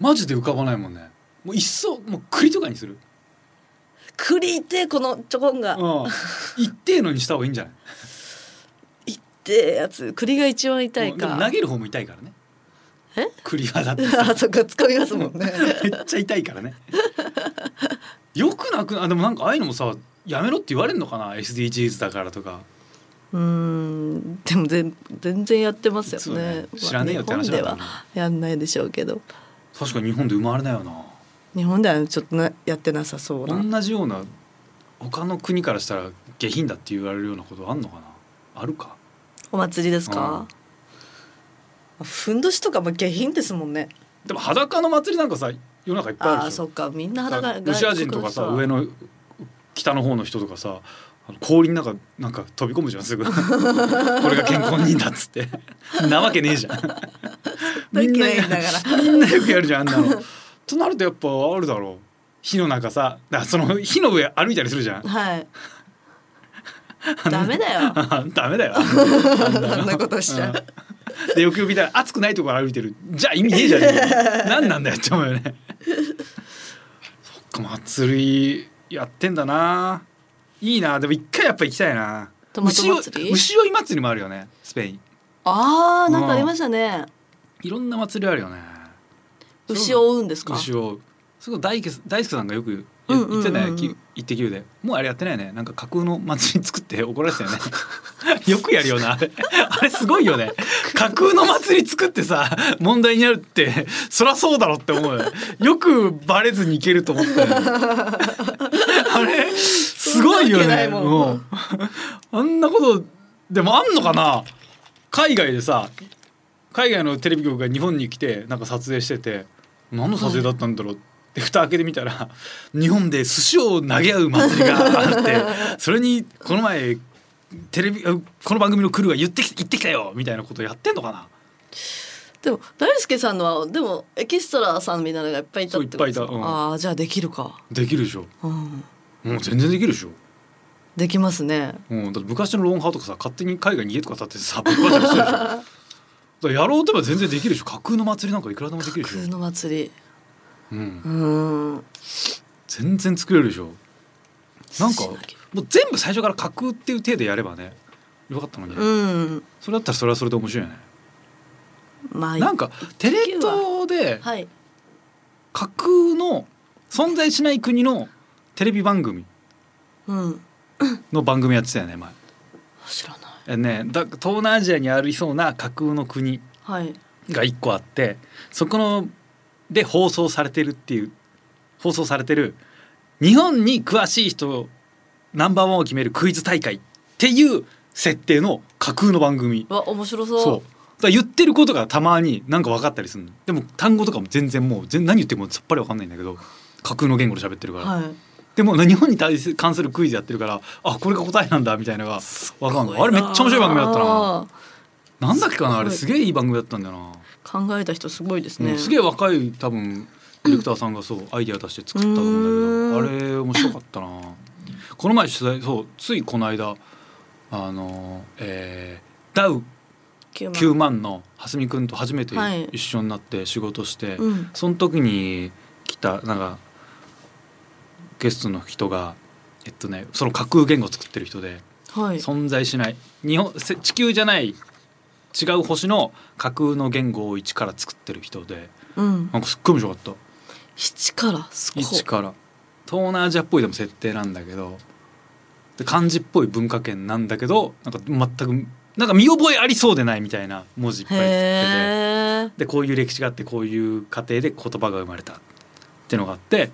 Speaker 2: うん、マジで浮かばないもんねもういっそもう栗とかにする、
Speaker 3: 栗痛えこのちょこんが、
Speaker 2: うん、一定のにした方がいいんじゃない
Speaker 3: 痛えやつ栗が一番痛い
Speaker 2: うんで
Speaker 3: か
Speaker 2: も投げる方も痛いからね
Speaker 3: え
Speaker 2: 栗はだって
Speaker 3: あそっか掴みますも んね
Speaker 2: めっちゃ痛いからねよくなくなあでもなんかああいうのもさやめろって言われるのかな SDGs だからとか
Speaker 3: うんでも全全然やってます
Speaker 2: そう
Speaker 3: よ
Speaker 2: ね
Speaker 3: ね
Speaker 2: 知らねえよって話
Speaker 3: 日
Speaker 2: だ
Speaker 3: 本
Speaker 2: か
Speaker 3: で
Speaker 2: ら
Speaker 3: は
Speaker 2: ね
Speaker 3: やんないでしょうけど
Speaker 2: 確かに日本で生まれないよな
Speaker 3: 日本ではちょっとなやってなさそうな
Speaker 2: 同じような他の国からしたら下品だって言われるようなことあんのかなあるか
Speaker 3: お祭りですか、ふんどしとかも下品ですもんね
Speaker 2: でも裸の祭りなんかさ世の中いっぱいある
Speaker 3: ああ
Speaker 2: で
Speaker 3: ー
Speaker 2: しょ
Speaker 3: そっかみんな
Speaker 2: だ
Speaker 3: 裸
Speaker 2: から
Speaker 3: が
Speaker 2: ロシア人とかさ
Speaker 3: 外国
Speaker 2: 上
Speaker 3: の
Speaker 2: の北の方の人とかさあの氷の中なんか飛び込むじゃんすぐ これが健康にいいんだっつって なわけねえじ ゃん
Speaker 3: 人は
Speaker 2: みんな
Speaker 3: 大嫌いだから
Speaker 2: みんな よくやるじゃんあんなのとなるとやっぱあるだろう火の中さだからその火の上歩いたりするじゃん
Speaker 3: はい ダメだよ
Speaker 2: ダメ だよ
Speaker 3: あんなことしちゃう
Speaker 2: うんでよくよく見たら暑くないところ歩いてるじゃあ意味ねえじゃねえ か何なんだよって思うよねそっか祭りやってんだないいなでも一回やっぱ行きたいな
Speaker 3: トマト祭り
Speaker 2: 牛追い祭りもあるよねスペイン
Speaker 3: ああなんかありましたね
Speaker 2: いろんな祭りあるよね
Speaker 3: 牛を追うんですか
Speaker 2: 牛をそこ大輔大輔さんがよく
Speaker 3: う
Speaker 2: 言
Speaker 3: んう
Speaker 2: 言
Speaker 3: んうん
Speaker 2: ってたよ「きイッテ Q!」でもうあれやってないねなんか架空の祭り作って怒られてたよね よくやるよなあれあれすごいよね架空の祭り作ってさ問題になるってそりゃそうだろって思うよよくバレずにいけると思ったよねあれすごいよ
Speaker 3: そんなわ
Speaker 2: ね
Speaker 3: けないもん
Speaker 2: うんあんなことでもあんのかな海外でさ海外のテレビ局が日本に来てなんか撮影してて何の撮影だったんだろうって蓋開けてみたら日本で寿司を投げ合う祭りがあってそれにこの前テレビあこの番組のクルーが言ってき行ってきたよみたいなことやってんのかな
Speaker 3: でも大輔さんのはでもエキストラさんみたいなのがいっぱいいたってことですか
Speaker 2: そういっぱいいたうん
Speaker 3: ああじゃあできるか、
Speaker 2: できるでしょ
Speaker 3: うん、
Speaker 2: もう全然できるでしょ
Speaker 3: できますね
Speaker 2: うん、だって昔のロンハーとかさ勝手に海外に家とか建ててさぶっ壊したりして るでしょだからやろうと思えば全然できるでしょ架空の祭りなんかいくらでもできるでしょ
Speaker 3: 空、の祭り
Speaker 2: うん
Speaker 3: う、ーん
Speaker 2: 全然作れるでしょなんか
Speaker 3: 寿司の気分
Speaker 2: もう全部最初から架空っていう体でやればねよかったのに、
Speaker 3: うん
Speaker 2: それだったらそれはそれで面白いよね、
Speaker 3: まあ
Speaker 2: なんかテレ東で
Speaker 3: はい
Speaker 2: 架空の存在しない国のテレビ番組
Speaker 3: うん
Speaker 2: の番組やってたよね前
Speaker 3: 知らない
Speaker 2: えねだ東南アジアにありそうな架空の国
Speaker 3: はい
Speaker 2: が1個あってそこので放送されてるっていう放送されてる日本に詳しい人ナンバーワンを決めるクイズ大会っていう設定の架空の番組
Speaker 3: うわ面白そう
Speaker 2: そうだから言ってることがたまになんか分かったりするのでも単語とかも全然もう全何言ってもさっぱり分かんないんだけど架空の言語で喋ってるから、
Speaker 3: はい
Speaker 2: でも日本に対する関するクイズやってるからあこれが答えなんだみたいなのが分かんないあれめっちゃ面白い番組だったな
Speaker 3: あ
Speaker 2: なんだっけかなあれ
Speaker 3: す
Speaker 2: す
Speaker 3: ごい
Speaker 2: げえいい番組だったんだよな
Speaker 3: ー考えた人すごいですね、
Speaker 2: うんすげえ若い多分ディレクターさんがそうアイデア出して作ったと思うんだけどあれ面白かったなこの前取材そうついこの間あのえーダウ
Speaker 3: 9
Speaker 2: 9万の蓮見君と初めて
Speaker 3: はい
Speaker 2: 一緒になって仕事して、
Speaker 3: うん
Speaker 2: その時に来たなんかゲストの人がえっとねその架空言語作ってる人で
Speaker 3: はい
Speaker 2: 存在しない日本せ地球じゃない違う星の架空の言語を一から作ってる人で
Speaker 3: うん
Speaker 2: なんかすっごい面白かっ
Speaker 3: 七からす
Speaker 2: た
Speaker 3: ごい
Speaker 2: 一から東南アジアっぽいでも設定なんだけどで漢字っぽい文化圏なんだけどなんか全くなんか見覚えありそうでないみたいな文字いっぱい作ってて。
Speaker 3: へえ
Speaker 2: でこういう歴史があってこういう過程で言葉が生まれたっていうのがあって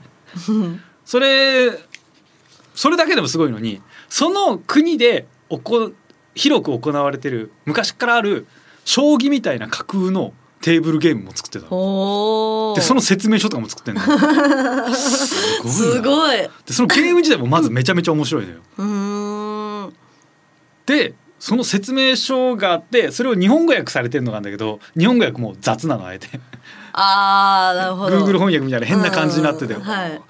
Speaker 2: それそれだけでもすごいのにその国でおこ広く行われてる昔からある将棋みたいな架空のテーブルゲームも作ってたの
Speaker 3: おお
Speaker 2: でその説明書とかも作ってんの よすごいな
Speaker 3: すごい
Speaker 2: でそのゲーム自体もまずめちゃめちゃ面白いのよ
Speaker 3: うーん
Speaker 2: でその説明書があってそれを日本語訳されてるのがあるんだけど日本語訳もう雑なのあえて
Speaker 3: あーなるほど
Speaker 2: Google 翻訳みたいな変な感じになってて、
Speaker 3: うんはい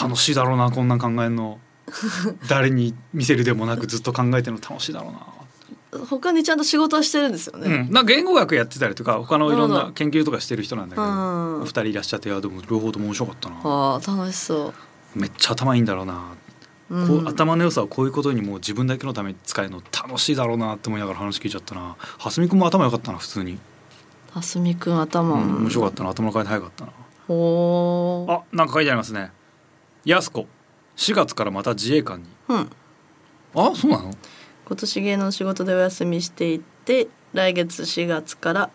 Speaker 2: 楽しいだろうなこんなん考えん の誰に見せるでもなくずっと考えてるの楽しいだろうな、
Speaker 3: 他にちゃんと仕事はしてるんですよ
Speaker 2: う
Speaker 3: ね、
Speaker 2: ん、なんか言語学やってたりとか他のいろん
Speaker 3: なるほ
Speaker 2: な
Speaker 3: ど
Speaker 2: 研究とかしてる人なんだけど、
Speaker 3: うん
Speaker 2: お二人いらっしゃっていやでも両方とも面白かったな
Speaker 3: あー楽しそ
Speaker 2: めっちゃ頭いいんだろうな、
Speaker 3: う,、うん、
Speaker 2: こう頭の良さをこういうことにもう自分だけのために使えるの楽しいだろうなって思いながら話聞いちゃったな蓮見君も頭良かったな普通に、
Speaker 3: はすみくん頭、
Speaker 2: うん、面白かったな頭の回転早かったな
Speaker 3: たおー
Speaker 2: あなんか書いてありますねやすこ4月からまた自衛官に
Speaker 3: うん
Speaker 2: あそうなの
Speaker 3: 今年芸能の仕事でお休みしていて来月4月から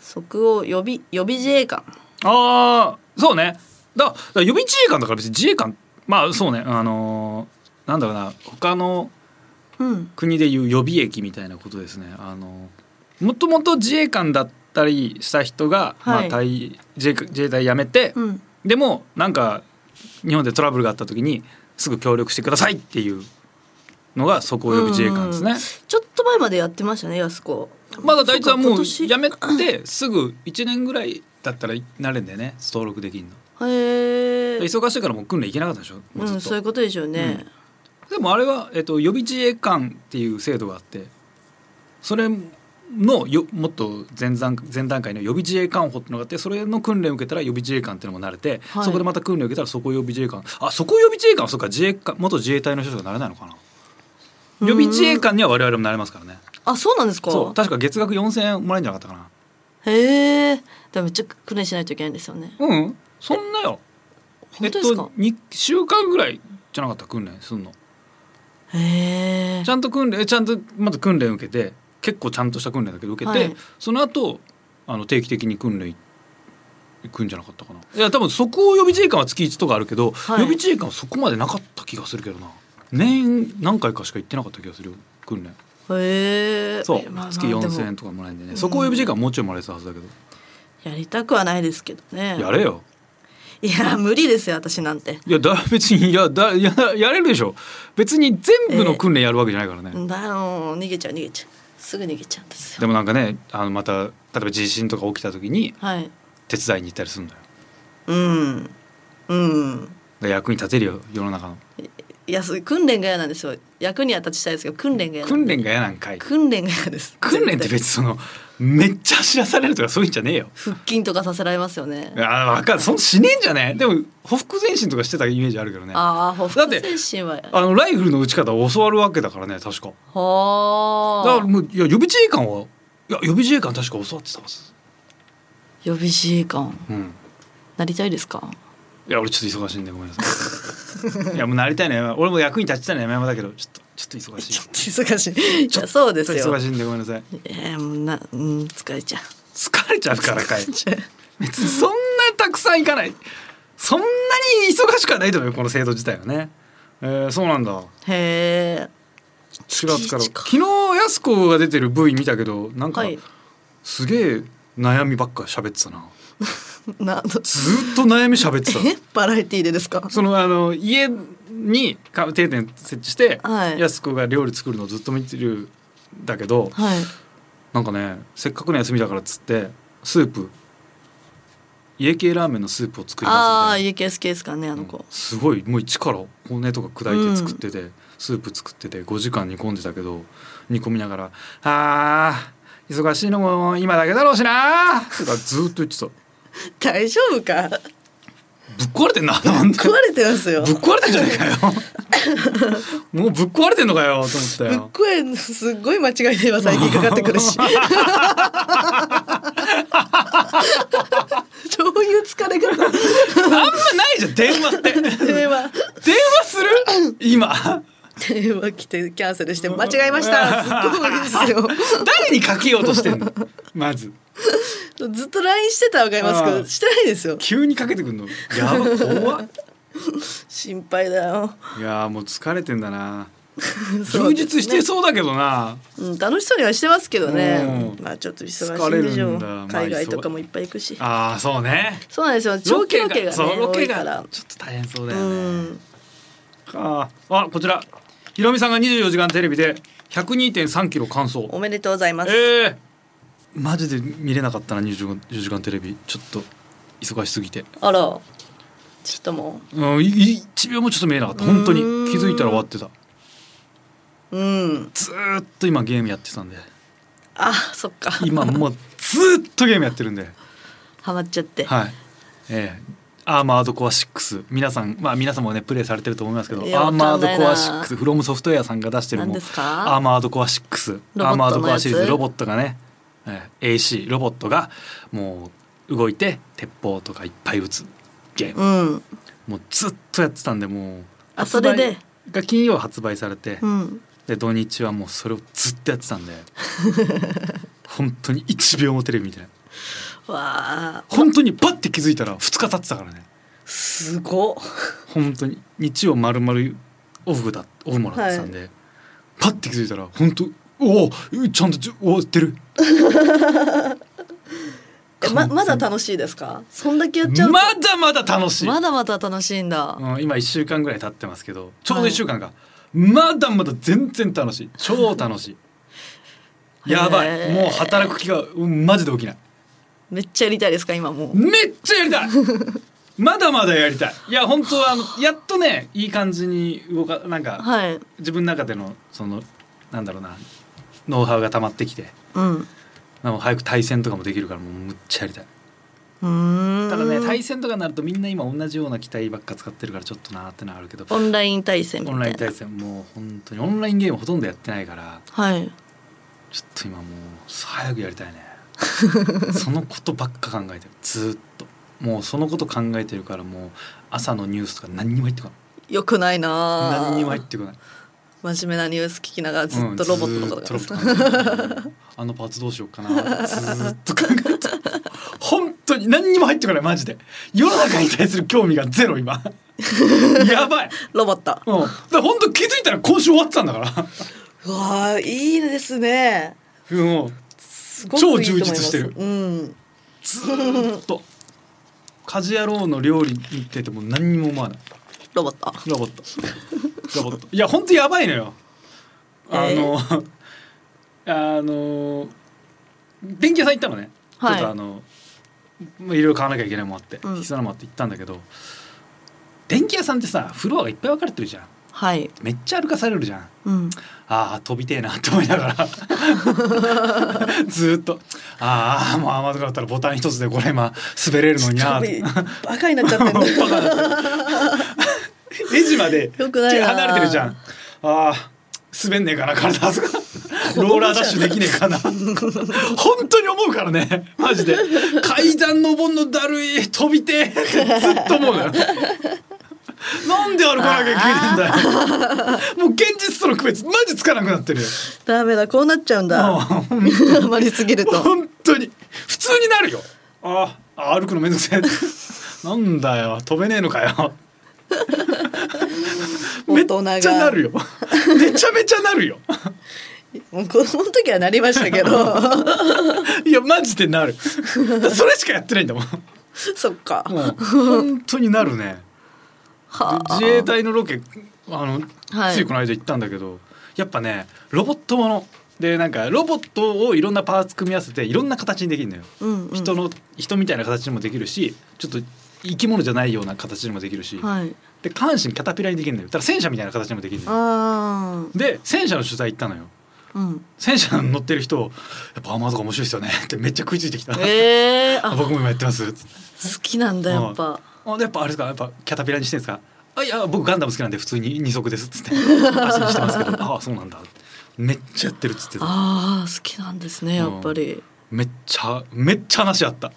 Speaker 3: 即応予備予備自衛官
Speaker 2: ああそうねだだから予備自衛官だから別に自衛官まあそうねあのーなんだろうな他の
Speaker 3: うん
Speaker 2: 国でいう予備役みたいなことですねあのもともと自衛官だったりした人が、
Speaker 3: は
Speaker 2: ま
Speaker 3: い
Speaker 2: あ、隊自衛自衛隊辞めて、
Speaker 3: うん
Speaker 2: でもなんか日本でトラブルがあった時にすぐ協力してくださいっていうのがそこを呼ぶ自衛官ですね。
Speaker 3: ちょっと前までやってましたね安子
Speaker 2: まだ大体はもう
Speaker 3: そっ
Speaker 2: 辞
Speaker 3: か
Speaker 2: めてすぐ1年ぐらいだったらなれんだよね登録できるの。
Speaker 3: 今年へえ
Speaker 2: 忙しいからもう訓練行けなかったでしょも
Speaker 3: う
Speaker 2: うずっと、
Speaker 3: んそういうことでしょうね、
Speaker 2: でもあれは、えっと、予備自衛官っていう制度があってそれのよもっと前段前段階の予備自衛官補っていうのがあってそれの訓練を受けたら予備自衛官っていうのも慣れて、
Speaker 3: はい
Speaker 2: そこでまた訓練を受けたらそこ予備自衛官あそこ予備自衛官はそっか自衛官元自衛隊の人しかなれないのかな予備自衛官には我々もなれますからね
Speaker 3: あそうなんですか
Speaker 2: そう確か月額4,000円もらえるんじゃなかったかな
Speaker 3: へえでもめっちゃ訓練しないといけないんですよね
Speaker 2: うんそんなよ
Speaker 3: 本当です
Speaker 2: えっ
Speaker 3: か
Speaker 2: と、2週間ぐらいじゃなかった訓練すんの
Speaker 3: へえ
Speaker 2: ちゃんと訓練ちゃんとまず訓練受けて結構ちゃんとした訓練だけど受けて、
Speaker 3: はい
Speaker 2: その後あの定期的に訓練行くんじゃなかったかないや多分そこを予備自衛官は月1とかあるけど、
Speaker 3: はい
Speaker 2: 予備自衛官はそこまでなかった気がするけどな年何回かしか行ってなかった気がするよ訓練
Speaker 3: へえ
Speaker 2: そう、
Speaker 3: まあまあ
Speaker 2: 月
Speaker 3: で
Speaker 2: 4,000
Speaker 3: も
Speaker 2: 円とかもらえるんでね、そこを予備自衛官はもうちょいもらえてたはずだけど、
Speaker 3: やりたくはないですけどね
Speaker 2: やれよ
Speaker 3: いや無理ですよ私なんて
Speaker 2: いやだ別にいやだややれるでしょ別に全部の訓練やるわけじゃないからね、
Speaker 3: だもう逃げちゃう逃げちゃうすぐ逃げちゃうんですよ
Speaker 2: でもなんかねあのまた例えば地震とか起きた時に
Speaker 3: はい
Speaker 2: 手伝いに行ったりするんだよ
Speaker 3: うんうん
Speaker 2: で役に立てるよ世の中の
Speaker 3: いやそう訓練が嫌なんですよ役には立ちたいですけど訓練が嫌なん
Speaker 2: 訓
Speaker 3: で
Speaker 2: 練が嫌なんかい
Speaker 3: 訓練が嫌です
Speaker 2: 訓練って別にそのめっちゃ走らされるとかそういうんじゃねえよ
Speaker 3: 腹筋とかさせられますよね
Speaker 2: あわかるそんしねえんじゃねえでもほふく前進とかしてたイメージあるけどねあ
Speaker 3: ああほふ
Speaker 2: だって
Speaker 3: く精神は
Speaker 2: のライフルの撃ち方を教わるわけだからね確かだから
Speaker 3: はあ
Speaker 2: もういや予備自衛官はいや予備自衛官確か教わってたはず
Speaker 3: 予備自衛官
Speaker 2: うん
Speaker 3: なりたいですか
Speaker 2: いや俺ちょっと忙しいんでごめんなさい いやもうなりたいのやめ俺も役に立ちたいのやめ山だけどちょっとちょっと忙しい
Speaker 3: ちょっと忙しいいやそうです
Speaker 2: ちょっと
Speaker 3: よ
Speaker 2: 忙しいんでごめんなさい
Speaker 3: えー、もうなうん疲れちゃう
Speaker 2: 疲れちゃうからかい別にそんなたくさん行かないそんなに忙しくはないと思うよこの制度自体はねえー、そうなんだ
Speaker 3: へえ
Speaker 2: 4月から
Speaker 3: 月一か
Speaker 2: 昨日やす子が出てる V 見たけどなんか
Speaker 3: はい
Speaker 2: すげえ悩みばっか喋ってたな
Speaker 3: な
Speaker 2: ずーっと悩み喋ってた
Speaker 3: えバラエティーでですか
Speaker 2: そのあの家にか定点設置して、
Speaker 3: はい
Speaker 2: やす子が料理作るのをずっと見てるんだけど
Speaker 3: はい
Speaker 2: なんかねせっかくの休みだからっつってスープ家系ラーメンのスープを作りますみたいな
Speaker 3: ああ家系好きですからねあの子、
Speaker 2: すごいもう一から骨とか砕いて作ってて、スープ作ってて5時間煮込んでたけど煮込みながら「あー忙しいのも今だけだろうしな」とかずーっと言ってた
Speaker 3: 大丈夫 か
Speaker 2: ぶっ壊れてんななんで
Speaker 3: 食われてますよ
Speaker 2: ぶっ壊れてんじゃねえかよもうぶっ壊れてんのかよと思った
Speaker 3: ぶっ
Speaker 2: よ
Speaker 3: こえすっごい間違いで今最近かかってく るしそういう疲れ方
Speaker 2: あんまないじゃん電話って
Speaker 3: 電話
Speaker 2: 電話する今
Speaker 3: 電話来てキャンセルして間違え ましたすっごいです
Speaker 2: 誰にかけようとしてんのまず
Speaker 3: よずっと LINE してたらわかりますけ
Speaker 2: あー
Speaker 3: どしてないですよ
Speaker 2: 急にかけてくんのやば怖っ
Speaker 3: 心配だよ
Speaker 2: いやーもう疲れてんだな
Speaker 3: そう
Speaker 2: 充
Speaker 3: ですね
Speaker 2: 実してそうだけどな、
Speaker 3: うん、楽しそうにはしてますけどね、
Speaker 2: うん
Speaker 3: まあちょっと忙しいでし
Speaker 2: 疲れ
Speaker 3: ょ
Speaker 2: る
Speaker 3: うん
Speaker 2: だまあ
Speaker 3: 海外とかもいっぱい行くし、
Speaker 2: ああそうね
Speaker 3: そうなんですよ長期ロケがね
Speaker 2: そうロ
Speaker 3: 多
Speaker 2: ケ
Speaker 3: いか
Speaker 2: が
Speaker 3: ら
Speaker 2: ちょっと大変そうだ
Speaker 3: う
Speaker 2: よね、
Speaker 3: ん
Speaker 2: あーあこちらひろみさんが24時間テレビで102.3キロ完走
Speaker 3: おめでとうございます、
Speaker 2: ええマジで見れなかったな24時間テレビちょっと忙しすぎて、
Speaker 3: あらちょっとも
Speaker 2: うん、い1秒もちょっと見えなかった本当に
Speaker 3: うーん
Speaker 2: 気づいたら終わってた
Speaker 3: ううん
Speaker 2: ずーっと今ゲームやってたんで
Speaker 3: あそっか
Speaker 2: 今もうずーっとゲームやってるんで
Speaker 3: ハマっちゃって、
Speaker 2: はい。ええアーマードコア6皆さんまあ皆さんもねプレイされてると思いますけど
Speaker 3: いや
Speaker 2: アーマードコア
Speaker 3: わかんないな
Speaker 2: 6フロムソフトウェアさんが出してる
Speaker 3: 何
Speaker 2: もう
Speaker 3: ですか
Speaker 2: アーマードコア6
Speaker 3: ロボットのやつ
Speaker 2: アーマードコアシリーズロボットがね、ええ AC ロボットがもう動いて鉄砲とかいっぱい撃つゲーム
Speaker 3: うん
Speaker 2: もうずっとやってたんでもう
Speaker 3: あそれで
Speaker 2: 発売が金曜発売されて、
Speaker 3: うん
Speaker 2: で土日はもうそれをずっとやってたんで本当に1秒もテレビ見てない
Speaker 3: わあ
Speaker 2: 本当にパッて気づいたら2日経ってたからね
Speaker 3: すごっ
Speaker 2: 本当に日曜まるまるオフだオフもらってたんで、パッて気づいたら本当おおちゃんとじ終わってる
Speaker 3: えままだ楽しいですかそんだけやっちゃうと
Speaker 2: まだまだ楽しい、
Speaker 3: まだまだ楽しいんだ、
Speaker 2: うん、今1週間ぐらい経ってますけどちょうど1週間か、まだまだ全然楽しい超楽しいやば
Speaker 3: へ
Speaker 2: い
Speaker 3: ー
Speaker 2: もう働く気がうんマジで起きない
Speaker 3: めっちゃやりたいですか今もう
Speaker 2: めっちゃやりた いまだまだやりたいいや本当はあのやっとねいい感じに動かなんか
Speaker 3: はい
Speaker 2: 自分の中でのそのなんだろうなノウハウが溜まってきて
Speaker 3: うん
Speaker 2: なんか早く対戦とかもできるからもうむっちゃやりたい。
Speaker 3: うーん
Speaker 2: ただね対戦とかになるとみんな今同じような機体ばっか使ってるからちょっとなーってのはあるけど
Speaker 3: オンライン対戦みた
Speaker 2: オ
Speaker 3: いな
Speaker 2: ンライン対戦もう本当にオンラインゲームほとんどやってないから
Speaker 3: はい
Speaker 2: ちょっと今もう早くやりたい ねそのことばっか考えてるずーっともうそのこと考えてるからもう朝のニュースとか何にも入ってこ
Speaker 3: よくない
Speaker 2: ない
Speaker 3: なあ
Speaker 2: 何にも入ってこない
Speaker 3: 真面目なニュース聞きながらずっとロボットのこと
Speaker 2: うん
Speaker 3: が
Speaker 2: ずーっとロボットのこと考えてるあのパーツどうしようかなずーっと考えてる本当に何にも入ってこないマジで世の中に対する興味がゼロ今やばい
Speaker 3: ロボット
Speaker 2: うん、だから本当気づいたら今週終わってたんだから。
Speaker 3: うわあいいですね
Speaker 2: うん、
Speaker 3: すごくいいと思います
Speaker 2: 超充実してる
Speaker 3: うん
Speaker 2: ずーっと。家事野郎の料理見てても何にも思わない。
Speaker 3: ロボット
Speaker 2: ロボット。ロボット。いや、本当やばいのよ。あの。あの。電気屋さん行ったのね。
Speaker 3: はい
Speaker 2: ちょっとあの。まあ、いろいろ買わなきゃいけないもんあって、
Speaker 3: うん
Speaker 2: 必要なもんあって行ったんだけど。電気屋さんってさ、フロアがいっぱい分かれてるじゃん。
Speaker 3: はい
Speaker 2: めっちゃ歩かされるじゃん。
Speaker 3: うん
Speaker 2: ああ飛びてえなって思い ながらずーっとああもう雨とかだったらボタン一つでこれ今滑れるのにな
Speaker 3: ちょっとバカになっちゃ ってる
Speaker 2: レジまで
Speaker 3: よくない
Speaker 2: 手
Speaker 3: な
Speaker 2: 離れてるじゃんああ滑んねえかな体とかローラーダッシュできねえかな本当に思うからねマジで階段登んのだるい飛びてえってずっと思うのよなんで歩かなきゃいけないんだ よもう現実との区別マジつかなくなってるよ
Speaker 3: ダメだこうなっちゃうんだ
Speaker 2: もう
Speaker 3: 余りすぎると
Speaker 2: 本当に普通になるよああ歩くのめんどく せえなんだよ飛べねえのか よめ
Speaker 3: 大
Speaker 2: っ
Speaker 3: 人が
Speaker 2: ちゃなるよめちゃめちゃなるよ
Speaker 3: もう子供の時はなりましたけ ど
Speaker 2: いやマジでなるだそれしかやってないんだもん
Speaker 3: そっか
Speaker 2: もう本当になるね
Speaker 3: は
Speaker 2: で自衛隊のロケあの、
Speaker 3: はい
Speaker 2: ついこの間行ったんだけどやっぱねロボットものでなんかロボットをいろんなパーツ組み合わせていろんな形にできるのよ
Speaker 3: うんうん
Speaker 2: 人の人みたいな形にもできるしちょっと生き物じゃないような形にもできるし、
Speaker 3: はい
Speaker 2: で下半身キャタピラにできるんだよだから戦車みたいな形にもできるのよ
Speaker 3: あ
Speaker 2: で戦車の取材行ったのよ
Speaker 3: あうん
Speaker 2: 戦車に乗ってる人やっぱアーマーとか面白いですよね ってめっちゃ食いついてきた、
Speaker 3: ええ ー、
Speaker 2: あ
Speaker 3: あ好
Speaker 2: 僕も今やってますつって
Speaker 3: きなんだやっぱ
Speaker 2: あでやっぱあれですかやっぱキャタピラにしてるんですかあいや僕ガンダム好きなんで普通に二足ですっつって 足にしてますけどああそうなんだめっちゃやってるっつってた
Speaker 3: ああ好きなんですねやっぱり
Speaker 2: めっちゃめっちゃ話あった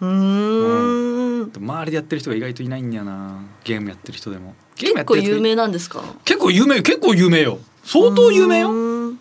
Speaker 3: うーん
Speaker 2: 周りでやってる人が意外といないんだよなゲームやってる人でもゲームや
Speaker 3: 結
Speaker 2: ってる
Speaker 3: 構
Speaker 2: 人
Speaker 3: 有名なんですか
Speaker 2: 結構有名結構有名よ相当有名よ
Speaker 3: うーん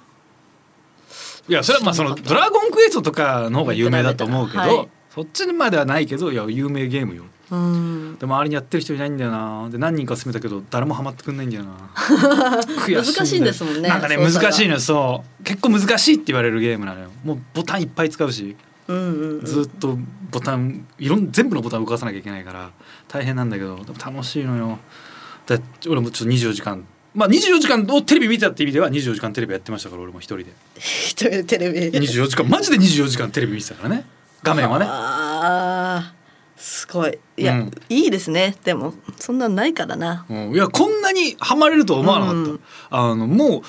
Speaker 2: いやそれはまあその「ドラゴンクエスト」とかの方が有名だと思うけど、
Speaker 3: はい
Speaker 2: そっちまではないけどいや有名ゲームよ
Speaker 3: うん
Speaker 2: で周りにやってる人いないんだよなで何人か勧めたけど誰もハマってくんないん だよな悔しいだよ
Speaker 3: 難しいんですもんね
Speaker 2: なんかね
Speaker 3: 操作が
Speaker 2: 難しいのよそう結構難しいって言われるゲームなのよもうボタンいっぱい使うし
Speaker 3: うんうんうん
Speaker 2: ずっとボタンいろん全部のボタンを動かさなきゃいけないから大変なんだけどでも楽しいのよだ俺もちょっと24時間まあ24時間をテレビ見てたって意味では24時間テレビやってましたから俺も一人で
Speaker 3: 一人でテレビ
Speaker 2: 24時間マジで24時間テレビ見てたからね画面はね
Speaker 3: ああすごいいや、
Speaker 2: うん
Speaker 3: いいですねでもそんなんないからな
Speaker 2: うんいやこんなにハマれるとは思わなかった、
Speaker 3: うん
Speaker 2: あのもう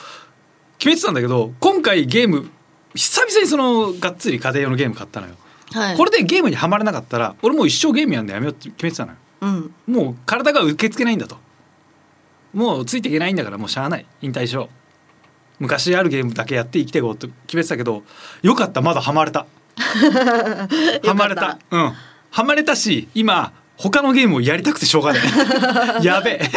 Speaker 2: 決めてたんだけど今回ゲーム久々にそのがっつり家庭用のゲーム買ったのよ、
Speaker 3: はい
Speaker 2: これでゲームにはまれなかったら俺もう一生ゲームやんのやめようって決めてたのよ
Speaker 3: うん
Speaker 2: もう体が受け付けないんだともうついていけないんだからもうしゃあない引退しよう昔あるゲームだけやって生きていこうと決めてたけどよかったまだハマれ たハマれたうんハマれたし今他のゲームをやりたくてしょうがない やべえ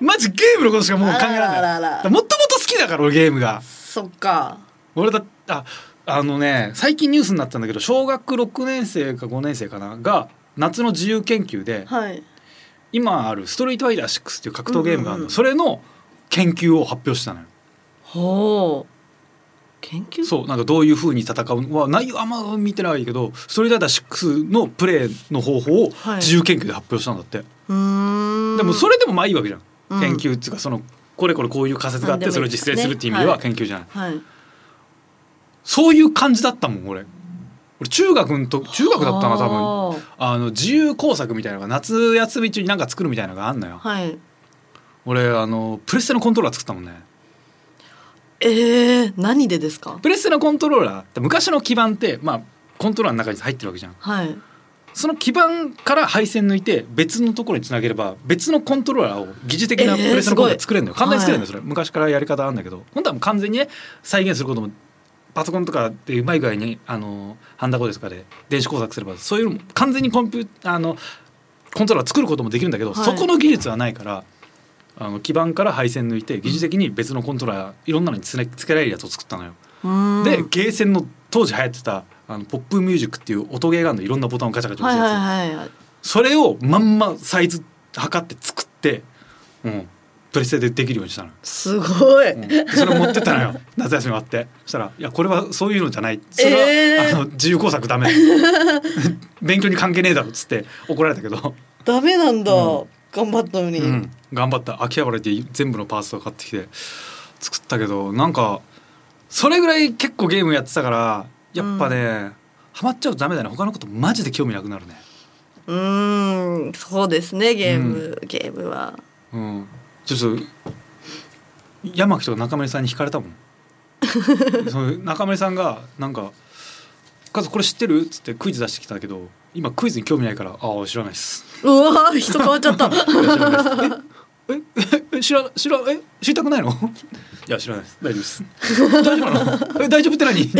Speaker 2: マジゲームのことしかもう考えられない
Speaker 3: あらあらあら
Speaker 2: だからもともと好きだから俺ゲームが
Speaker 3: そっか
Speaker 2: 俺だああのね最近ニュースになったんだけど小学6年生か5年生かなが夏の自由研究で、
Speaker 3: はい
Speaker 2: 今ある「ストリートファイター6」っていう格闘ゲームがあるの、
Speaker 3: うんうんうん
Speaker 2: それの研究を発表したのよ
Speaker 3: ほう研究
Speaker 2: そうなんかどういうふうに戦うのは内容あんま見てないけど「ストリートファイター6」のプレイの方法を
Speaker 3: はい
Speaker 2: 自由研究で発表したんだって、
Speaker 3: うーん
Speaker 2: でもそれでもまあいいわけじゃん、
Speaker 3: うん
Speaker 2: 研究っていうかそのこれこれこういう仮説があっ
Speaker 3: な
Speaker 2: て
Speaker 3: んで
Speaker 2: そ
Speaker 3: も
Speaker 2: れを
Speaker 3: いいです
Speaker 2: 実
Speaker 3: ね
Speaker 2: 践するっていう意味では
Speaker 3: はい
Speaker 2: 研究じゃない、
Speaker 3: はい
Speaker 2: そういう感じだったもん俺俺中学のと中学だったな多分
Speaker 3: は
Speaker 2: あの自由工作みたいなのが夏休み中になんか作るみたいなのがあんのよ
Speaker 3: あはい
Speaker 2: 俺あのプレステのコントローラー作ったもんね
Speaker 3: えー、何でですか
Speaker 2: プレステのコントローラーって昔の基板って、まあ、コントローラーの中に入ってるわけじゃん
Speaker 3: はい
Speaker 2: その基板から配線抜いて別のところにつなげれば別のコントローラーを疑似的なプ
Speaker 3: えー
Speaker 2: レステのコントローラー作れるのよ、
Speaker 3: すごい
Speaker 2: 簡単に作れるのよそれ、昔からやり方あるんだけど本当はもう完全にね再現することもパソコンとかでうまい具合にあのハンダコーデとかで電子工作すればそういうのも完全にコンピュあのコントローラー作ることもできるんだけど、
Speaker 3: はい
Speaker 2: そこの技術はないからあの基板から配線抜いて疑似的に別のコントローラーいろんなのにつなつけられるやつを作ったのよ。
Speaker 3: うーん
Speaker 2: でゲーセンの当時流行ってたあのポップミュージックっていう音ゲーガンのいろんなボタンをガチャガチャ押
Speaker 3: は
Speaker 2: す
Speaker 3: い
Speaker 2: やつ、
Speaker 3: はいはい
Speaker 2: それをまんまサイズ測って作って、うん、プレステでできるようにしたの、
Speaker 3: すごい、
Speaker 2: うんそれ持ってったのよ 夏休み終わってそしたら「いやこれはそういうのじゃないそれは、
Speaker 3: えー
Speaker 2: あの自由工作ダメ 勉強に関係ねえだろ」っつって怒られたけど、
Speaker 3: ダメなんだ、
Speaker 2: うん
Speaker 3: 頑張ったのに、
Speaker 2: うん、頑張った秋葉原で全部のパーツを買ってきて作ったけどなんかそれぐらい結構ゲームやってたからやっぱね、ハマっちゃうとダメだね他のことマジで興味なくなるね。
Speaker 3: うーんそうですねゲーム、ゲームは
Speaker 2: うん、ちょっと山木とか中森さんに惹かれたも んその中森さんがなんか「カズこれ知ってる?」っつってクイズ出してきたけど今クイズに興味ないから「ああ知らないっす
Speaker 3: うわー人変わっちゃった
Speaker 2: 知らないっす」ええ え知ら知らえ知りたくないのいや知らないです大丈夫です大丈夫なの え大丈夫って何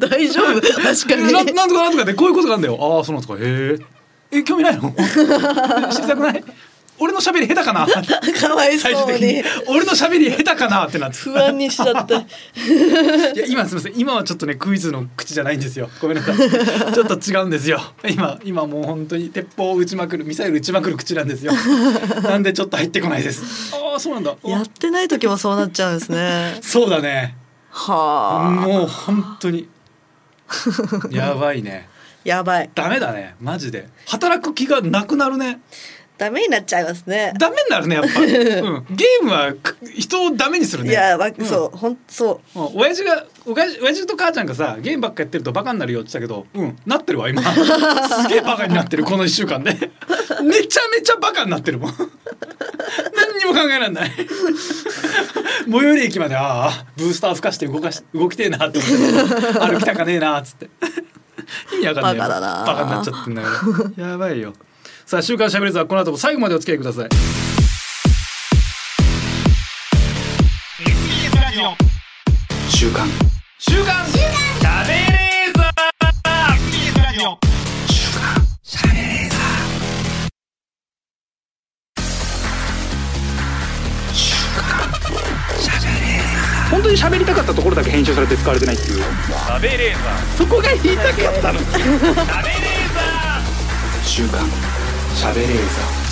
Speaker 3: 大丈夫確か
Speaker 2: えな
Speaker 3: に
Speaker 2: なんとかなんとかでこういうことがあるんだよああそうなんですかへええ興味ない のえ知りたくない俺の喋り下手か な
Speaker 3: かわい
Speaker 2: 最終
Speaker 3: そう
Speaker 2: 的に
Speaker 3: に
Speaker 2: 俺の喋り下手かなってなって
Speaker 3: 不安にしちゃった
Speaker 2: いや今すみません今はちょっとねクイズの口じゃないんですよごめんなさいちょっと違うんですよ今今もう本当に鉄砲を撃ちまくるミサイル撃ちまくる口なんですよなんでちょっと入ってこないですああそうなんだ
Speaker 3: やってない時もそうなっちゃうんですね
Speaker 2: そうだね
Speaker 3: はあ
Speaker 2: もう本当 にやばいね
Speaker 3: やばい
Speaker 2: ダメだねマジで働く気がなくなるね
Speaker 3: ダメになっちゃいますね
Speaker 2: ダメになるねやっ ぱ、うん、ゲームはく人をダメにするね
Speaker 3: いやわ
Speaker 2: うん
Speaker 3: そうほんそう
Speaker 2: もう親父がおかじ親父と母ちゃんがさゲームばっかやってるとバカになるよって言ってたけどうんなってるわ今 すげえバカになってるこの1週間で めちゃめちゃバカになってるもん 何にも考えられない 最寄り駅までああブースター吹かして動かし動きてえなって思って歩きたかねえなっつって 意味わかんない
Speaker 3: バカだな
Speaker 2: バカになっちゃってんだから やばいよさあ「週刊しゃべれず」はこの後も最後までお付き合いください
Speaker 4: TBS ラジオ
Speaker 1: 週刊
Speaker 2: 週刊しゃべれず
Speaker 4: TBS ラジオ
Speaker 1: 本当に喋りたかったところだけ編集されて使われてないっていう喋れーザーそこが言いたかったの喋れーザー週刊喋れーザー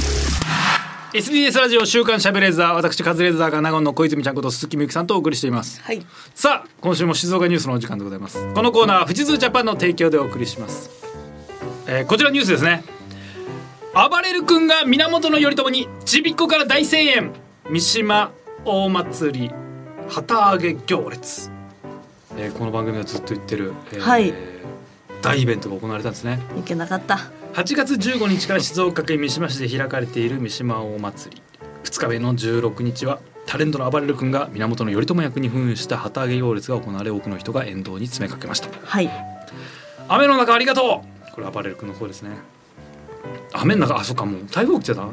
Speaker 2: SBS ラジオ週刊しゃべれーザー私カズレーザーが名古屋の小泉ちゃんこと鈴木みゆきさんとお送りしています
Speaker 3: はい
Speaker 2: さあ今週も静岡ニュースのお時間でございますこのコーナーは富士通ジャパンの提供でお送りします、えーこちらニュースですね暴れる君が源頼朝にちびっこから大声援三島大祭り旗揚げ行列、えーこの番組はずっと言ってる、えー
Speaker 3: はい
Speaker 2: 大イベントが行われたんですね
Speaker 3: いけなかった
Speaker 2: 8月15日から静岡県三島市で開かれている三島大祭り2日目の16日はタレントの暴れる君が源頼朝役に扮演した旗揚げ行列が行われ多くの人が沿道に詰めかけました
Speaker 3: はい
Speaker 2: 雨の中ありがとうこれ暴れる君の方ですね雨の中あそっかもう台風来てた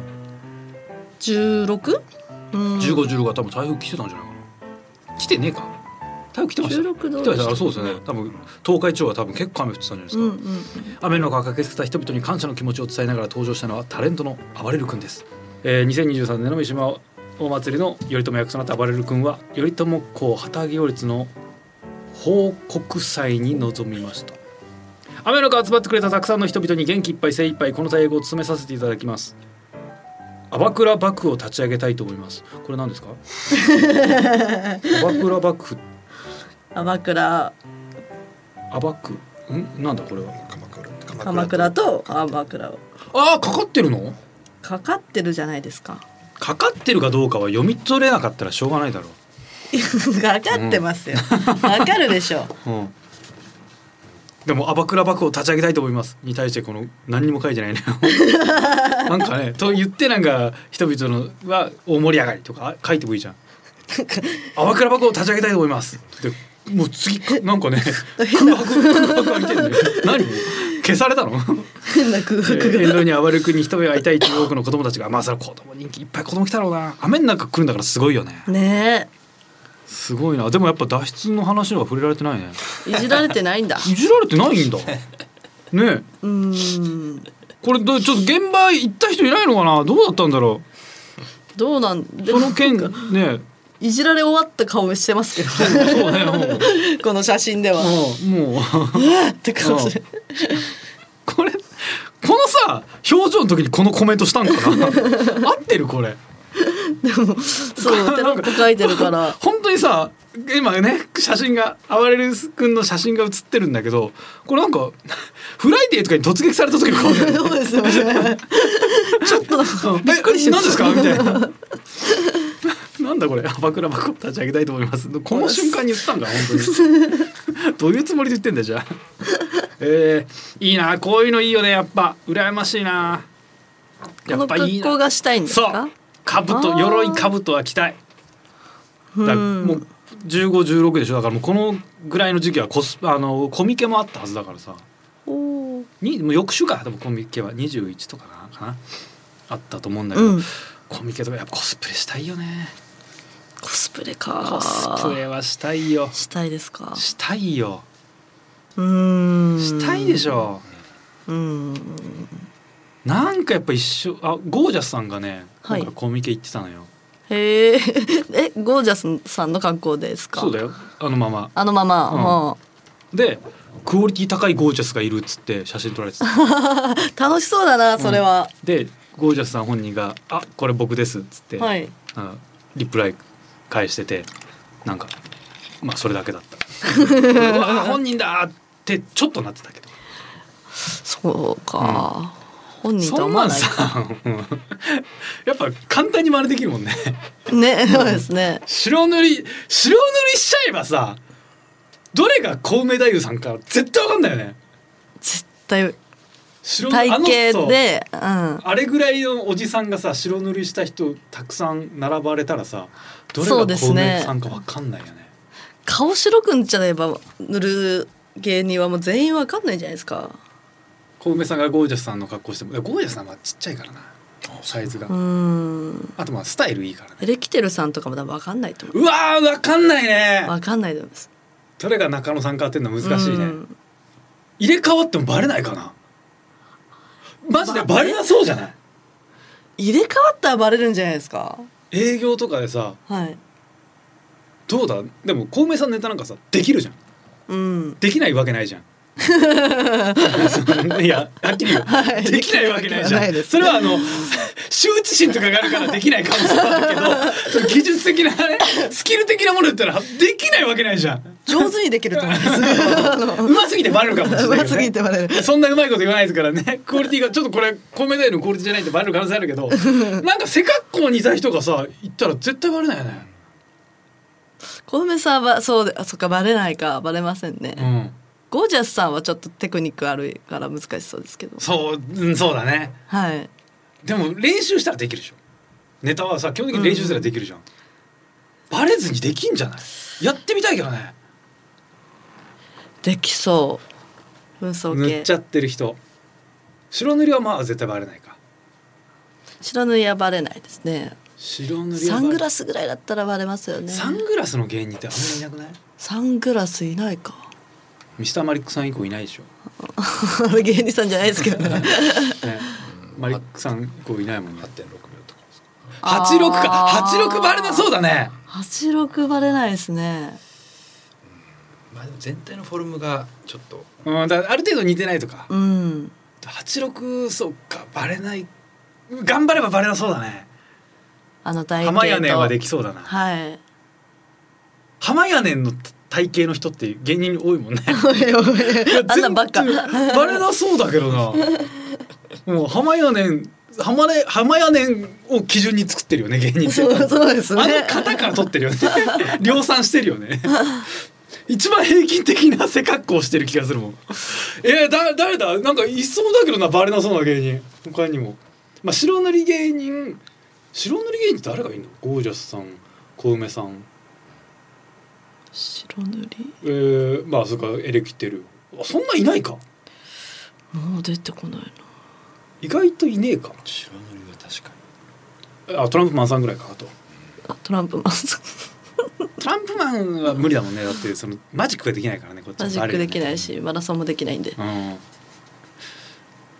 Speaker 3: 十六
Speaker 2: 15、15多分台風来てたんじゃないかな来てねえか台風来てました
Speaker 3: 16
Speaker 2: 来てましたあそうですよね多分東海地方は多分結構雨降ってたんじゃないです
Speaker 3: う
Speaker 2: か、
Speaker 3: んうんうん
Speaker 2: 雨の中駆けつけた人々に感謝の気持ちを伝えながら登場したのはタレントの暴れる君です、えー、2023年の三島大祭りの頼朝役となった暴れる君は頼朝公旗揚げ行列の報告祭に臨みました雨の中集まってくれたたくさんの人々に元気いっぱい精一杯この対応を務めさせていただきますアバクラ幕府を立ち上げたいと思いますこれ何ですかアバクラ幕府
Speaker 3: 鎌倉
Speaker 2: アバクんなんだこれは
Speaker 5: 鎌倉
Speaker 3: 鎌倉と鎌倉を
Speaker 2: あーかかってるの
Speaker 3: かかってるじゃないですか
Speaker 2: かかってるかどうかは読み取れなかったらしょうがないだろ
Speaker 3: かかってますよわかるでしょ
Speaker 2: う、うん、でも「アバクラ幕府を立ち上げたいと思います」に対してこの何にも書いてないね なんかねと言ってなんか人々のは大盛り上がりとか書いてもいいじゃん泡倉箱を立ち上げたいと思います。でもう次なん かね空白空白空いてんだよ。何消され たの？
Speaker 3: 変な空
Speaker 2: え
Speaker 3: 白
Speaker 2: ー
Speaker 3: が
Speaker 2: 沿道に暴れくに一目会いたい中国の子供たちがまあそれは子供人気いっぱい子供来たろうな雨の中来るんだからすごいよね
Speaker 3: ね
Speaker 2: すごいなでもやっぱ脱出の話には触れられてないね
Speaker 3: えいじられてないんだ
Speaker 2: いじられてない んだねえ
Speaker 3: うーん
Speaker 2: これどちょっと現場行った人いないのかなどうだったんだろ
Speaker 3: どうなん
Speaker 2: う
Speaker 3: で
Speaker 2: そ
Speaker 3: も
Speaker 2: の件
Speaker 3: なんか
Speaker 2: ね
Speaker 3: いじられ終わった顔してますけ
Speaker 2: え
Speaker 3: ど
Speaker 2: そうねもう
Speaker 3: この写真では
Speaker 2: もう もう
Speaker 3: って顔する
Speaker 2: これこのさ表情の時にこのコメントしたんか な合ってるこれ
Speaker 3: そうテロップ書いてるから
Speaker 2: 本当にさ今ね写真があわれる君の写真が写ってるんだけどこれなんかフライデーとかに突撃された時の顔だよね
Speaker 3: そうですよねちょっと
Speaker 2: うんえ、これ何ですかみたいな。なんだこれ、バクラ箱立ち上げたいと思います。この瞬間に言ったんだ、本当に。ど ういうつもりで言ってんだよじゃあ。えー、いいな、こういうのいいよね、やっぱ、羨ましいな。
Speaker 3: こ
Speaker 2: や
Speaker 3: の
Speaker 2: っぱいい
Speaker 3: 格好
Speaker 2: な。
Speaker 3: がしたいんです
Speaker 2: そ
Speaker 3: か
Speaker 2: う、兜、
Speaker 3: あー
Speaker 2: 鎧兜は着たい。だから
Speaker 3: うん
Speaker 2: もう。15、16でしょだからもうこのぐらいの時期はコスあのコミケもあったはずだからさ
Speaker 3: おー
Speaker 2: にもう翌週かでもコミケは21とかなかなあったと思うんだけど、
Speaker 3: うん
Speaker 2: コミケとかやっぱコスプレしたいよね
Speaker 3: コスプレか
Speaker 2: コスプレはしたいよ
Speaker 3: したいですか
Speaker 2: したいよ
Speaker 3: うーん
Speaker 2: したいでしょ
Speaker 3: うーん
Speaker 2: なんかやっぱ一緒あゴージャスさんがね
Speaker 3: は
Speaker 2: ないんかコミケ行ってたのよ、
Speaker 3: へえ えゴージャスさんの格好ですか
Speaker 2: そうだよあのまま
Speaker 3: あのまま、
Speaker 2: うん
Speaker 3: も
Speaker 2: でクオリティ高いゴージャスがいるっつって写真撮ら れてた
Speaker 3: う楽しそうだなそれは、
Speaker 2: でゴージャスさん本人が「あこれ僕です」っつって、
Speaker 3: はい
Speaker 2: あのリプライ返しててなんかまあそれだけ だったうわ本人だーってちょっとなってたけど
Speaker 3: そうか、本人と
Speaker 2: そ
Speaker 3: は
Speaker 2: ん
Speaker 3: 思わ
Speaker 2: なん
Speaker 3: ない
Speaker 2: さやっぱ簡単に真似できるもんね
Speaker 3: ね そうですね
Speaker 2: 白塗り白塗りしちゃえばさどれが小梅太夫さんか絶対わかんないよね
Speaker 3: 絶対
Speaker 2: 白塗り
Speaker 3: 体
Speaker 2: あの
Speaker 3: 型
Speaker 2: 人
Speaker 3: でうん
Speaker 2: あれぐらいのおじさんがさ白塗りした人たくさん並ばれたらさどれ
Speaker 3: そう
Speaker 2: が
Speaker 3: で
Speaker 2: 小
Speaker 3: すね
Speaker 2: 梅さんかわかんないよね
Speaker 3: 顔白くんじゃねば塗る芸人はもう全員わかんないじゃないですか
Speaker 2: 小梅さんがゴージャスさんの格好してもいやゴージャスさんはちっちゃいからなサイズが、
Speaker 3: うーん
Speaker 2: あとまあスタイルいいからね
Speaker 3: エレキテルさんとかも多分わかんないと思
Speaker 2: うわーわかんないうね
Speaker 3: わかんないと思います
Speaker 2: どれが中野さんかっていうのは難しいうね
Speaker 3: ん
Speaker 2: 入れ替わってもバレないかなマジでバレなそうじゃない
Speaker 3: 入れ替わったらバレるんじゃないですか
Speaker 2: 営業とかでさ
Speaker 3: はい
Speaker 2: どうだでも小梅さんのネタなんかさできるじゃん
Speaker 3: うん
Speaker 2: できないわけないじ ゃんいやはっきり言う、
Speaker 3: はい
Speaker 2: できないわけないじゃ
Speaker 3: できないわけない
Speaker 2: ん
Speaker 3: です
Speaker 2: それはあの羞恥心とかがあるからできないかもしれない けどその技術的なねスキル的なものだったらできないわけないじゃん
Speaker 3: 上手にできると思います
Speaker 2: うますぎてバレるかもしれ
Speaker 3: う
Speaker 2: ないけどね
Speaker 3: ますぎてバレる
Speaker 2: そんなうまいこと言わないですからねクオリティがちょっとこれコメダイのクオリティじゃないってバレる可能性ある けどなんか背格好にいた人がさ行ったら絶対バレないよね、
Speaker 3: 小梅さんはそうであそっかバレないかバレませんね、
Speaker 2: うん、
Speaker 3: ゴージャスさんはちょっとテクニックあるから難しそうですけど
Speaker 2: そう、うん、そうだね
Speaker 3: はい
Speaker 2: でも練習したらできるでしょネタはさ基本的に練習したらできるじゃん、バレずにできんじゃないやってみたいけどね
Speaker 3: できそう紛争
Speaker 2: 塗っ
Speaker 3: 系
Speaker 2: ちゃってる人白塗りはまあ絶対バレないか
Speaker 3: 白塗りはバレないですね
Speaker 2: 白塗りは
Speaker 3: サングラ
Speaker 2: ス
Speaker 3: スぐらいだったらバレますよね
Speaker 2: サングラスの芸人ってあんまりいなくない
Speaker 3: サングラスいないか
Speaker 2: ミスターマリックさん以降いないでしょ
Speaker 3: あれ芸人さんじゃないですけど ね
Speaker 2: ね、マリックさん以降いないもんね
Speaker 5: 8.6秒とかですか
Speaker 2: 八六か
Speaker 3: あ
Speaker 2: 八
Speaker 3: ー
Speaker 2: 六バレなそうだね。
Speaker 3: 86バレないですね
Speaker 5: まあでも全体のフォルムがちょっと
Speaker 2: うん、だからある程度似てないとか。
Speaker 3: うん
Speaker 2: 八六そうかバレない。頑張ればバレなそうだね。
Speaker 3: あの大
Speaker 2: 浜屋根はで
Speaker 3: き
Speaker 2: きそうだな。
Speaker 3: はい
Speaker 2: 浜屋根の体型の人って芸人多いもんね。
Speaker 3: あんなばっか
Speaker 2: 全然バレなそうだけどな。もう浜屋根浜根浜屋根を基準に作ってるよね芸人って。
Speaker 3: そうそうですね
Speaker 2: あの型から取って るよね量産してるよね一番平均的な背格好をしてる気がするもんえー、だ誰だなんかいそうだけどなバレなそうな芸人他にもまあ白塗り芸人白塗り芸人って誰がいるのゴージャスさん小梅さん
Speaker 3: 白塗り
Speaker 2: えー、まあそっかエレキテルあそんないないか
Speaker 3: もう出てこないな
Speaker 2: 意外といねえか
Speaker 5: 白塗りは確か
Speaker 2: あトランプマンさんぐらいかあと
Speaker 3: あトランプマンさん
Speaker 2: トランプマンは無理だもんねだってそのマジックができないからねこっちは
Speaker 3: マジックできないし
Speaker 2: 誰
Speaker 3: マラソンもできないんで
Speaker 2: だよね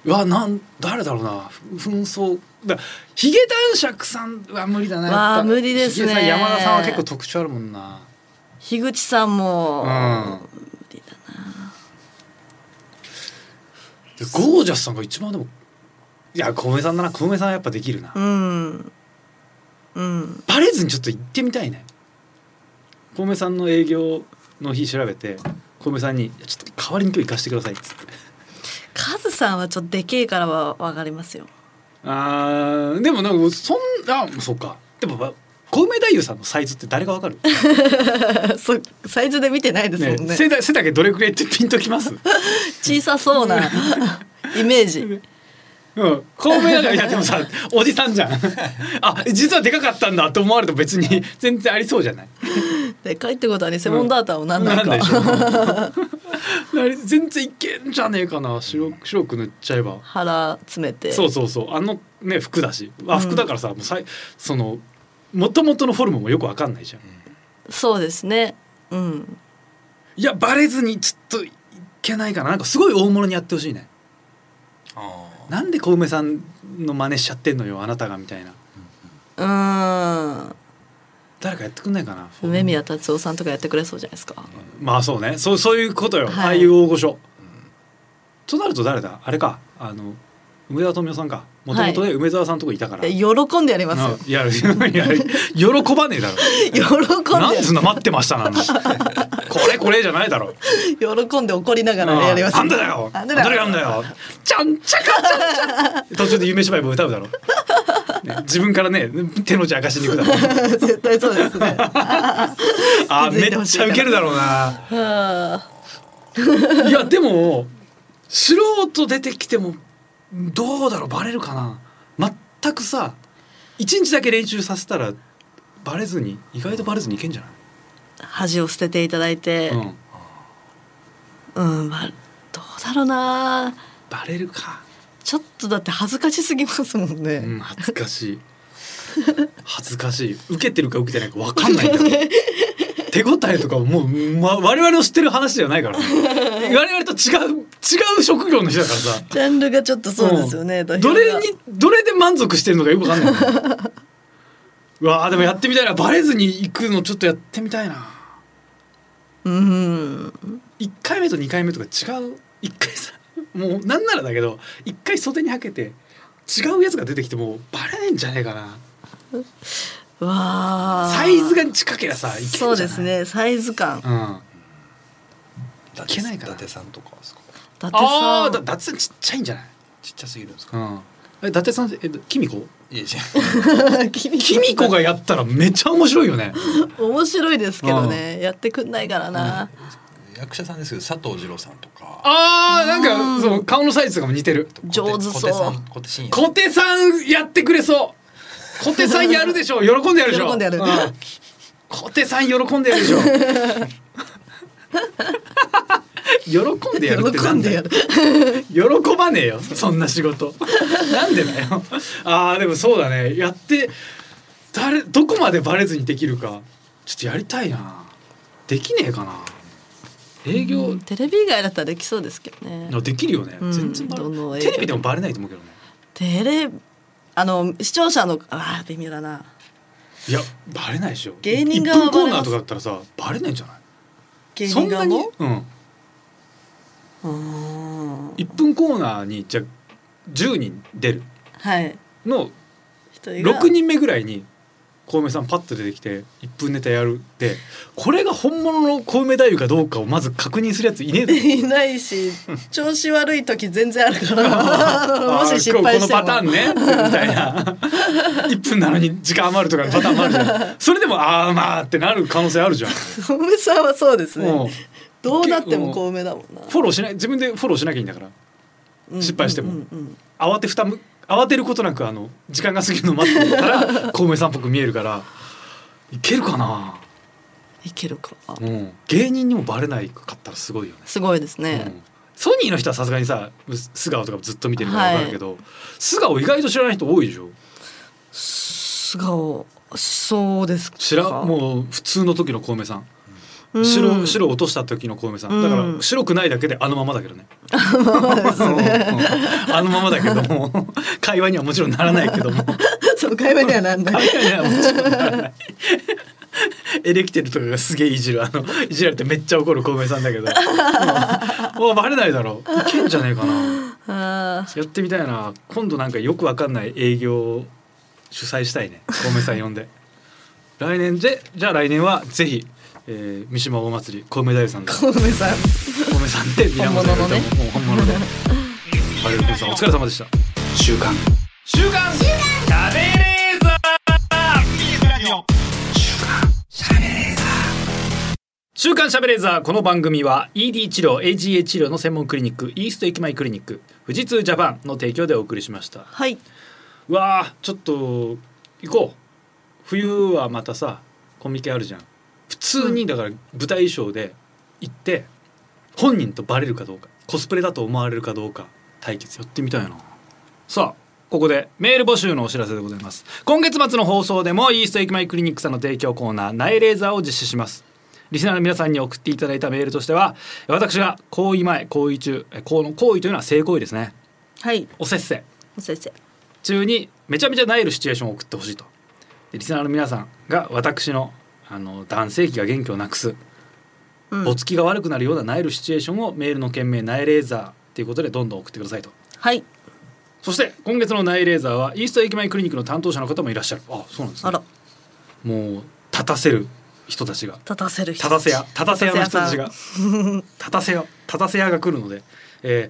Speaker 2: うんうわなん誰だろうなふ紛争だヒゲ男爵さんは無理だなやっぱ
Speaker 3: わあ無理です
Speaker 2: ヒ
Speaker 3: ね
Speaker 2: ゲさん山田さんは結構特徴あるもんな
Speaker 3: 樋口さんも、
Speaker 2: うん
Speaker 3: 無理だな
Speaker 2: でゴージャスさんが一番でもいや小梅さんだな小梅さんはやっぱできるな、
Speaker 3: うんうん
Speaker 2: バレずにちょっと行ってみたいね小梅さんの営業の日調べて小梅さんに「ちょっと代わりに今日行かせてください」っつって
Speaker 3: カズさんはちょっとでけえからはわかりますよ
Speaker 2: あーでもなんかそんなそうかでもま小梅太夫さんのサイズって誰がわかる、
Speaker 3: そうサイズで見てないですもん
Speaker 2: ね、
Speaker 3: ね
Speaker 2: 背だ背丈どれくらいってピンとき ます、
Speaker 3: 小さそうな イメージ
Speaker 2: うん、小梅だからいやでもさおじさんじゃんあ実はでかかったんだと思われても別に全然ありそうじゃない
Speaker 3: でかいってことはねセモンダーターを何な
Speaker 2: なん
Speaker 3: か、
Speaker 2: でし ょあれ全然いけんじゃねえかな白く白く塗っちゃえば
Speaker 3: 腹詰めて
Speaker 2: そうそうそうあのね服だし
Speaker 3: う
Speaker 2: あ
Speaker 3: ん
Speaker 2: 服だからさ、もうさいその元々のフォルムもよくわかんないじゃん
Speaker 3: そうですねうん
Speaker 2: いやバレずにちょっといけないかななんかすごい大物にやってほしいね
Speaker 5: ああ
Speaker 2: なんで小梅さんの真似しちゃってんのよあなたがみたいな
Speaker 3: うーん
Speaker 2: 誰かやってくんないかな
Speaker 3: 梅宮達夫さんとかやってくれそうじゃないですか
Speaker 2: まあそうねそうそういうことよ、
Speaker 3: はい
Speaker 2: ああいう大御所、となると誰だあれかあの梅沢富美男さんかもともとね、梅沢さんのとこいたから
Speaker 3: いや喜んでやりますよ
Speaker 2: うんいやいやいや喜ばねえだろ
Speaker 3: 喜んで
Speaker 2: なんでそんな待ってました なんだこれこれじゃないだろ
Speaker 3: 喜んで怒りながらやります
Speaker 2: あんただよ
Speaker 3: あ
Speaker 2: あ
Speaker 3: ん
Speaker 2: ん
Speaker 3: た
Speaker 2: た
Speaker 3: だ
Speaker 2: だ
Speaker 3: よ
Speaker 2: よあんただよちゃんちゃかちゃんちゃ途中で夢芝居も歌うだろ、ね自分からね手の内明かしに行くだろ
Speaker 3: 絶対そうですね
Speaker 2: あー
Speaker 3: 気づ
Speaker 2: め
Speaker 3: いてほ
Speaker 2: っ
Speaker 3: しい
Speaker 2: ちゃウケるだろうな
Speaker 3: はあ
Speaker 2: いやでも素人出てきてもどうだろうバレるかな全くさ一日だけ練習させたらバレずに意外とバレずにいけんじゃない、
Speaker 3: 恥を捨てていただいて
Speaker 2: うん、
Speaker 3: うん、まあどうだろうな
Speaker 2: バレるか、
Speaker 3: ちょっとだって恥ずかしすぎますもんね、
Speaker 2: うん、恥ずかしい 恥ずかしい受けてるか受けてないか分かんないんだよ 手応えとかもう、ま、我々の知ってる話じゃないから、ね、 我々と違う違う職業の人だからさ
Speaker 3: ジャンルがちょっとそうですよね、
Speaker 2: ん
Speaker 3: 土俵
Speaker 2: ど
Speaker 3: が
Speaker 2: れにどれで満足してるのかよくわかん ないうわあでもやってみたいなバレずに行くのちょっとやってみたいな
Speaker 3: うん
Speaker 2: 1回目と2回目とか違う1回さもうなんならだけど1回袖にはけて違うやつが出てきてもバレないんじゃねえかな
Speaker 3: わあ
Speaker 2: サイズが近けりゃさいけんじゃ
Speaker 3: そ
Speaker 2: ないう
Speaker 3: ですねサイズ感伊
Speaker 2: うんあ
Speaker 5: い
Speaker 2: けないかな
Speaker 5: 伊達さんとかですか
Speaker 3: 達さ
Speaker 2: あ
Speaker 3: ん
Speaker 2: ーだ伊達さんちっちゃいんじゃない
Speaker 5: ちっちゃすぎるんですか、
Speaker 2: うんえ伊達さんえっとキミコ
Speaker 5: いやいや
Speaker 3: 君
Speaker 2: キミコがやったらめっちゃ面白いよね
Speaker 3: 面白いですけどねやってくんないからな、
Speaker 5: 役者さんですけど佐藤二郎さんとか
Speaker 2: あーなんかそう顔のサイズとかも似てる
Speaker 3: 上手そう
Speaker 5: 小手さん小手伸也
Speaker 2: 小手さんやってくれそう小手さんやるでしょう喜んでやるでしょう
Speaker 3: 喜んでやる
Speaker 2: うん小手さん喜んでやるで しょう喜んでやるって
Speaker 3: 喜
Speaker 2: なんんだ
Speaker 3: で
Speaker 2: よ
Speaker 3: やる
Speaker 2: 喜ばねえよそんな仕事なんでだよあーでもそうだねやって誰どこまでバレずにできるかちょっとやりたいなできねえかな営業
Speaker 3: テレビ以外だったらできそうですけどね
Speaker 2: できるよね、
Speaker 3: うん
Speaker 2: 全然バレ
Speaker 3: どの営業
Speaker 2: テレビでもバレないと思うけどね
Speaker 3: テレあの視聴者のあー微妙だない
Speaker 2: やバレないでしょ
Speaker 3: 芸人
Speaker 2: が
Speaker 3: 側は
Speaker 2: コ
Speaker 3: バ
Speaker 2: ー
Speaker 3: レ
Speaker 2: ナ
Speaker 3: ま
Speaker 2: ー
Speaker 3: す
Speaker 2: とかだったらさバレないんじゃない
Speaker 3: 芸
Speaker 2: そ
Speaker 3: 人
Speaker 2: んな
Speaker 3: 側
Speaker 2: に
Speaker 3: も
Speaker 2: うん
Speaker 3: うん
Speaker 2: 1分コーナーにじゃあ10人出る
Speaker 3: はい
Speaker 2: の
Speaker 3: 一人が
Speaker 2: 6人目ぐらいに小梅さんパッと出てきて1分ネタやるでこれが本物の小梅太夫かどうかをまず確認するやついねえだろ
Speaker 3: いな いし調子悪い時全然あるから もし失敗しても
Speaker 2: あー今日このパターンね みたいな1分なのに時間余るとかのパターンもあるじゃんそれでもああまあってなる可能性あるじゃん、
Speaker 3: 小梅さんはそうです
Speaker 2: うん
Speaker 3: ねどうなっても小梅だもんな、
Speaker 2: フォローしない自分でフォローしなきゃいいんだから
Speaker 3: うん
Speaker 2: 失敗しても
Speaker 3: うんうん
Speaker 2: 慌てふた む慌てることなくあの時間が過ぎるのを待ってたら小梅さんっぽく見えるからいけるかな、
Speaker 3: いけるか
Speaker 2: うん、芸人にもバレないかったらすごいよね、
Speaker 3: すごいです
Speaker 2: う
Speaker 3: ね、
Speaker 2: んソニーの人はさすがにさう素顔とかずっと見てるから分かるけど、素顔意外と知らない人多いでしょ
Speaker 3: 素顔そうですか
Speaker 2: 知らもう普通の時の小梅さん白,、
Speaker 3: うん
Speaker 2: 白落とした時の小梅さんだから
Speaker 3: うん
Speaker 2: 白くないだけであのままだけどね
Speaker 3: そ う
Speaker 2: うんあのままだけども会話にはもちろんならないけ ども
Speaker 3: そう会話ではなんだ
Speaker 2: 会話にはもちろんならないエレキテルとかがすげえいじるあのいじられてめっちゃ怒る小梅さんだ けどもうもうバレないだろういけんじゃねえかな
Speaker 3: あ
Speaker 2: やってみたいな今度なんかよくわかんない営業を主催したいね小梅さん呼んで来年でじゃあ来年はぜひ、えー三島大祭り小梅太夫さんで
Speaker 3: ー小梅さん
Speaker 2: 小梅さんで源頼朝
Speaker 3: 本物のね
Speaker 2: もう本物でバレルコンさんお疲れ様でした
Speaker 1: 週刊
Speaker 2: 週刊しゃべレーザーこの番組は ED 治療 AGA 治療の専門クリニックイースト駅前クリニック富士通ジャパンの提供でお送りしました
Speaker 3: はいう
Speaker 2: わーちょっと行こう冬はまたさコミケあるじゃん普通にだから舞台衣装で行って本人とバレるかどうかコスプレだと思われるかどうか対決やってみたいなさあここでメール募集のお知らせでございます今月末の放送でもイースト駅前クリニックさんの提供コーナー「ナイレーザー」を実施しますリスナーの皆さんに送っていただいたメールとしては私が行為前行為中え行為行為というのは性行為ですね
Speaker 3: はい
Speaker 2: おせっせ
Speaker 3: お先生
Speaker 2: 中にめちゃめちゃなえるシチュエーションを送ってほしいとでリスナーの皆さんが私のあの男性器が元気をなくす
Speaker 3: うん
Speaker 2: ぼつきが悪くなるようななえるシチュエーションをメールの件名「ナイレーザー」っていうことでどんどん送ってくださいと
Speaker 3: はい
Speaker 2: そして今月の「ナイレーザー」はイースト駅前クリニックの担当者の方もいらっしゃるあそうなんですね
Speaker 3: あら
Speaker 2: もう立たせる人たちが
Speaker 3: 立たせる人
Speaker 2: 立たせ屋立たせ屋の人たち
Speaker 3: 立
Speaker 2: が 立たせ屋立たせ屋が来るので、え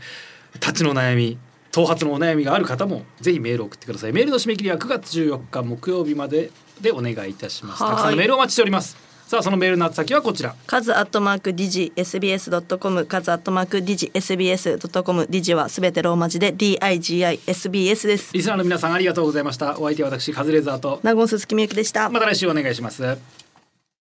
Speaker 2: ー、立ちの悩み頭髪のお悩みがある方もぜひメールを送ってくださいメールの締め切りは9月14日木曜日まででお願いいたします
Speaker 3: はーい
Speaker 2: たくさんのメールをお待ちしておりますさあそのメールの宛先はこちら
Speaker 3: カズアットマークディジ SBS ドットコムカズアットマークディジ SBS ドットコムディジはすべてローマ字で D I G I S B S です。
Speaker 2: リスナーの皆さんありがとうございましたお相手は私カズレーザーと
Speaker 3: 名古屋鈴木みゆきでした。
Speaker 2: また来週お願いします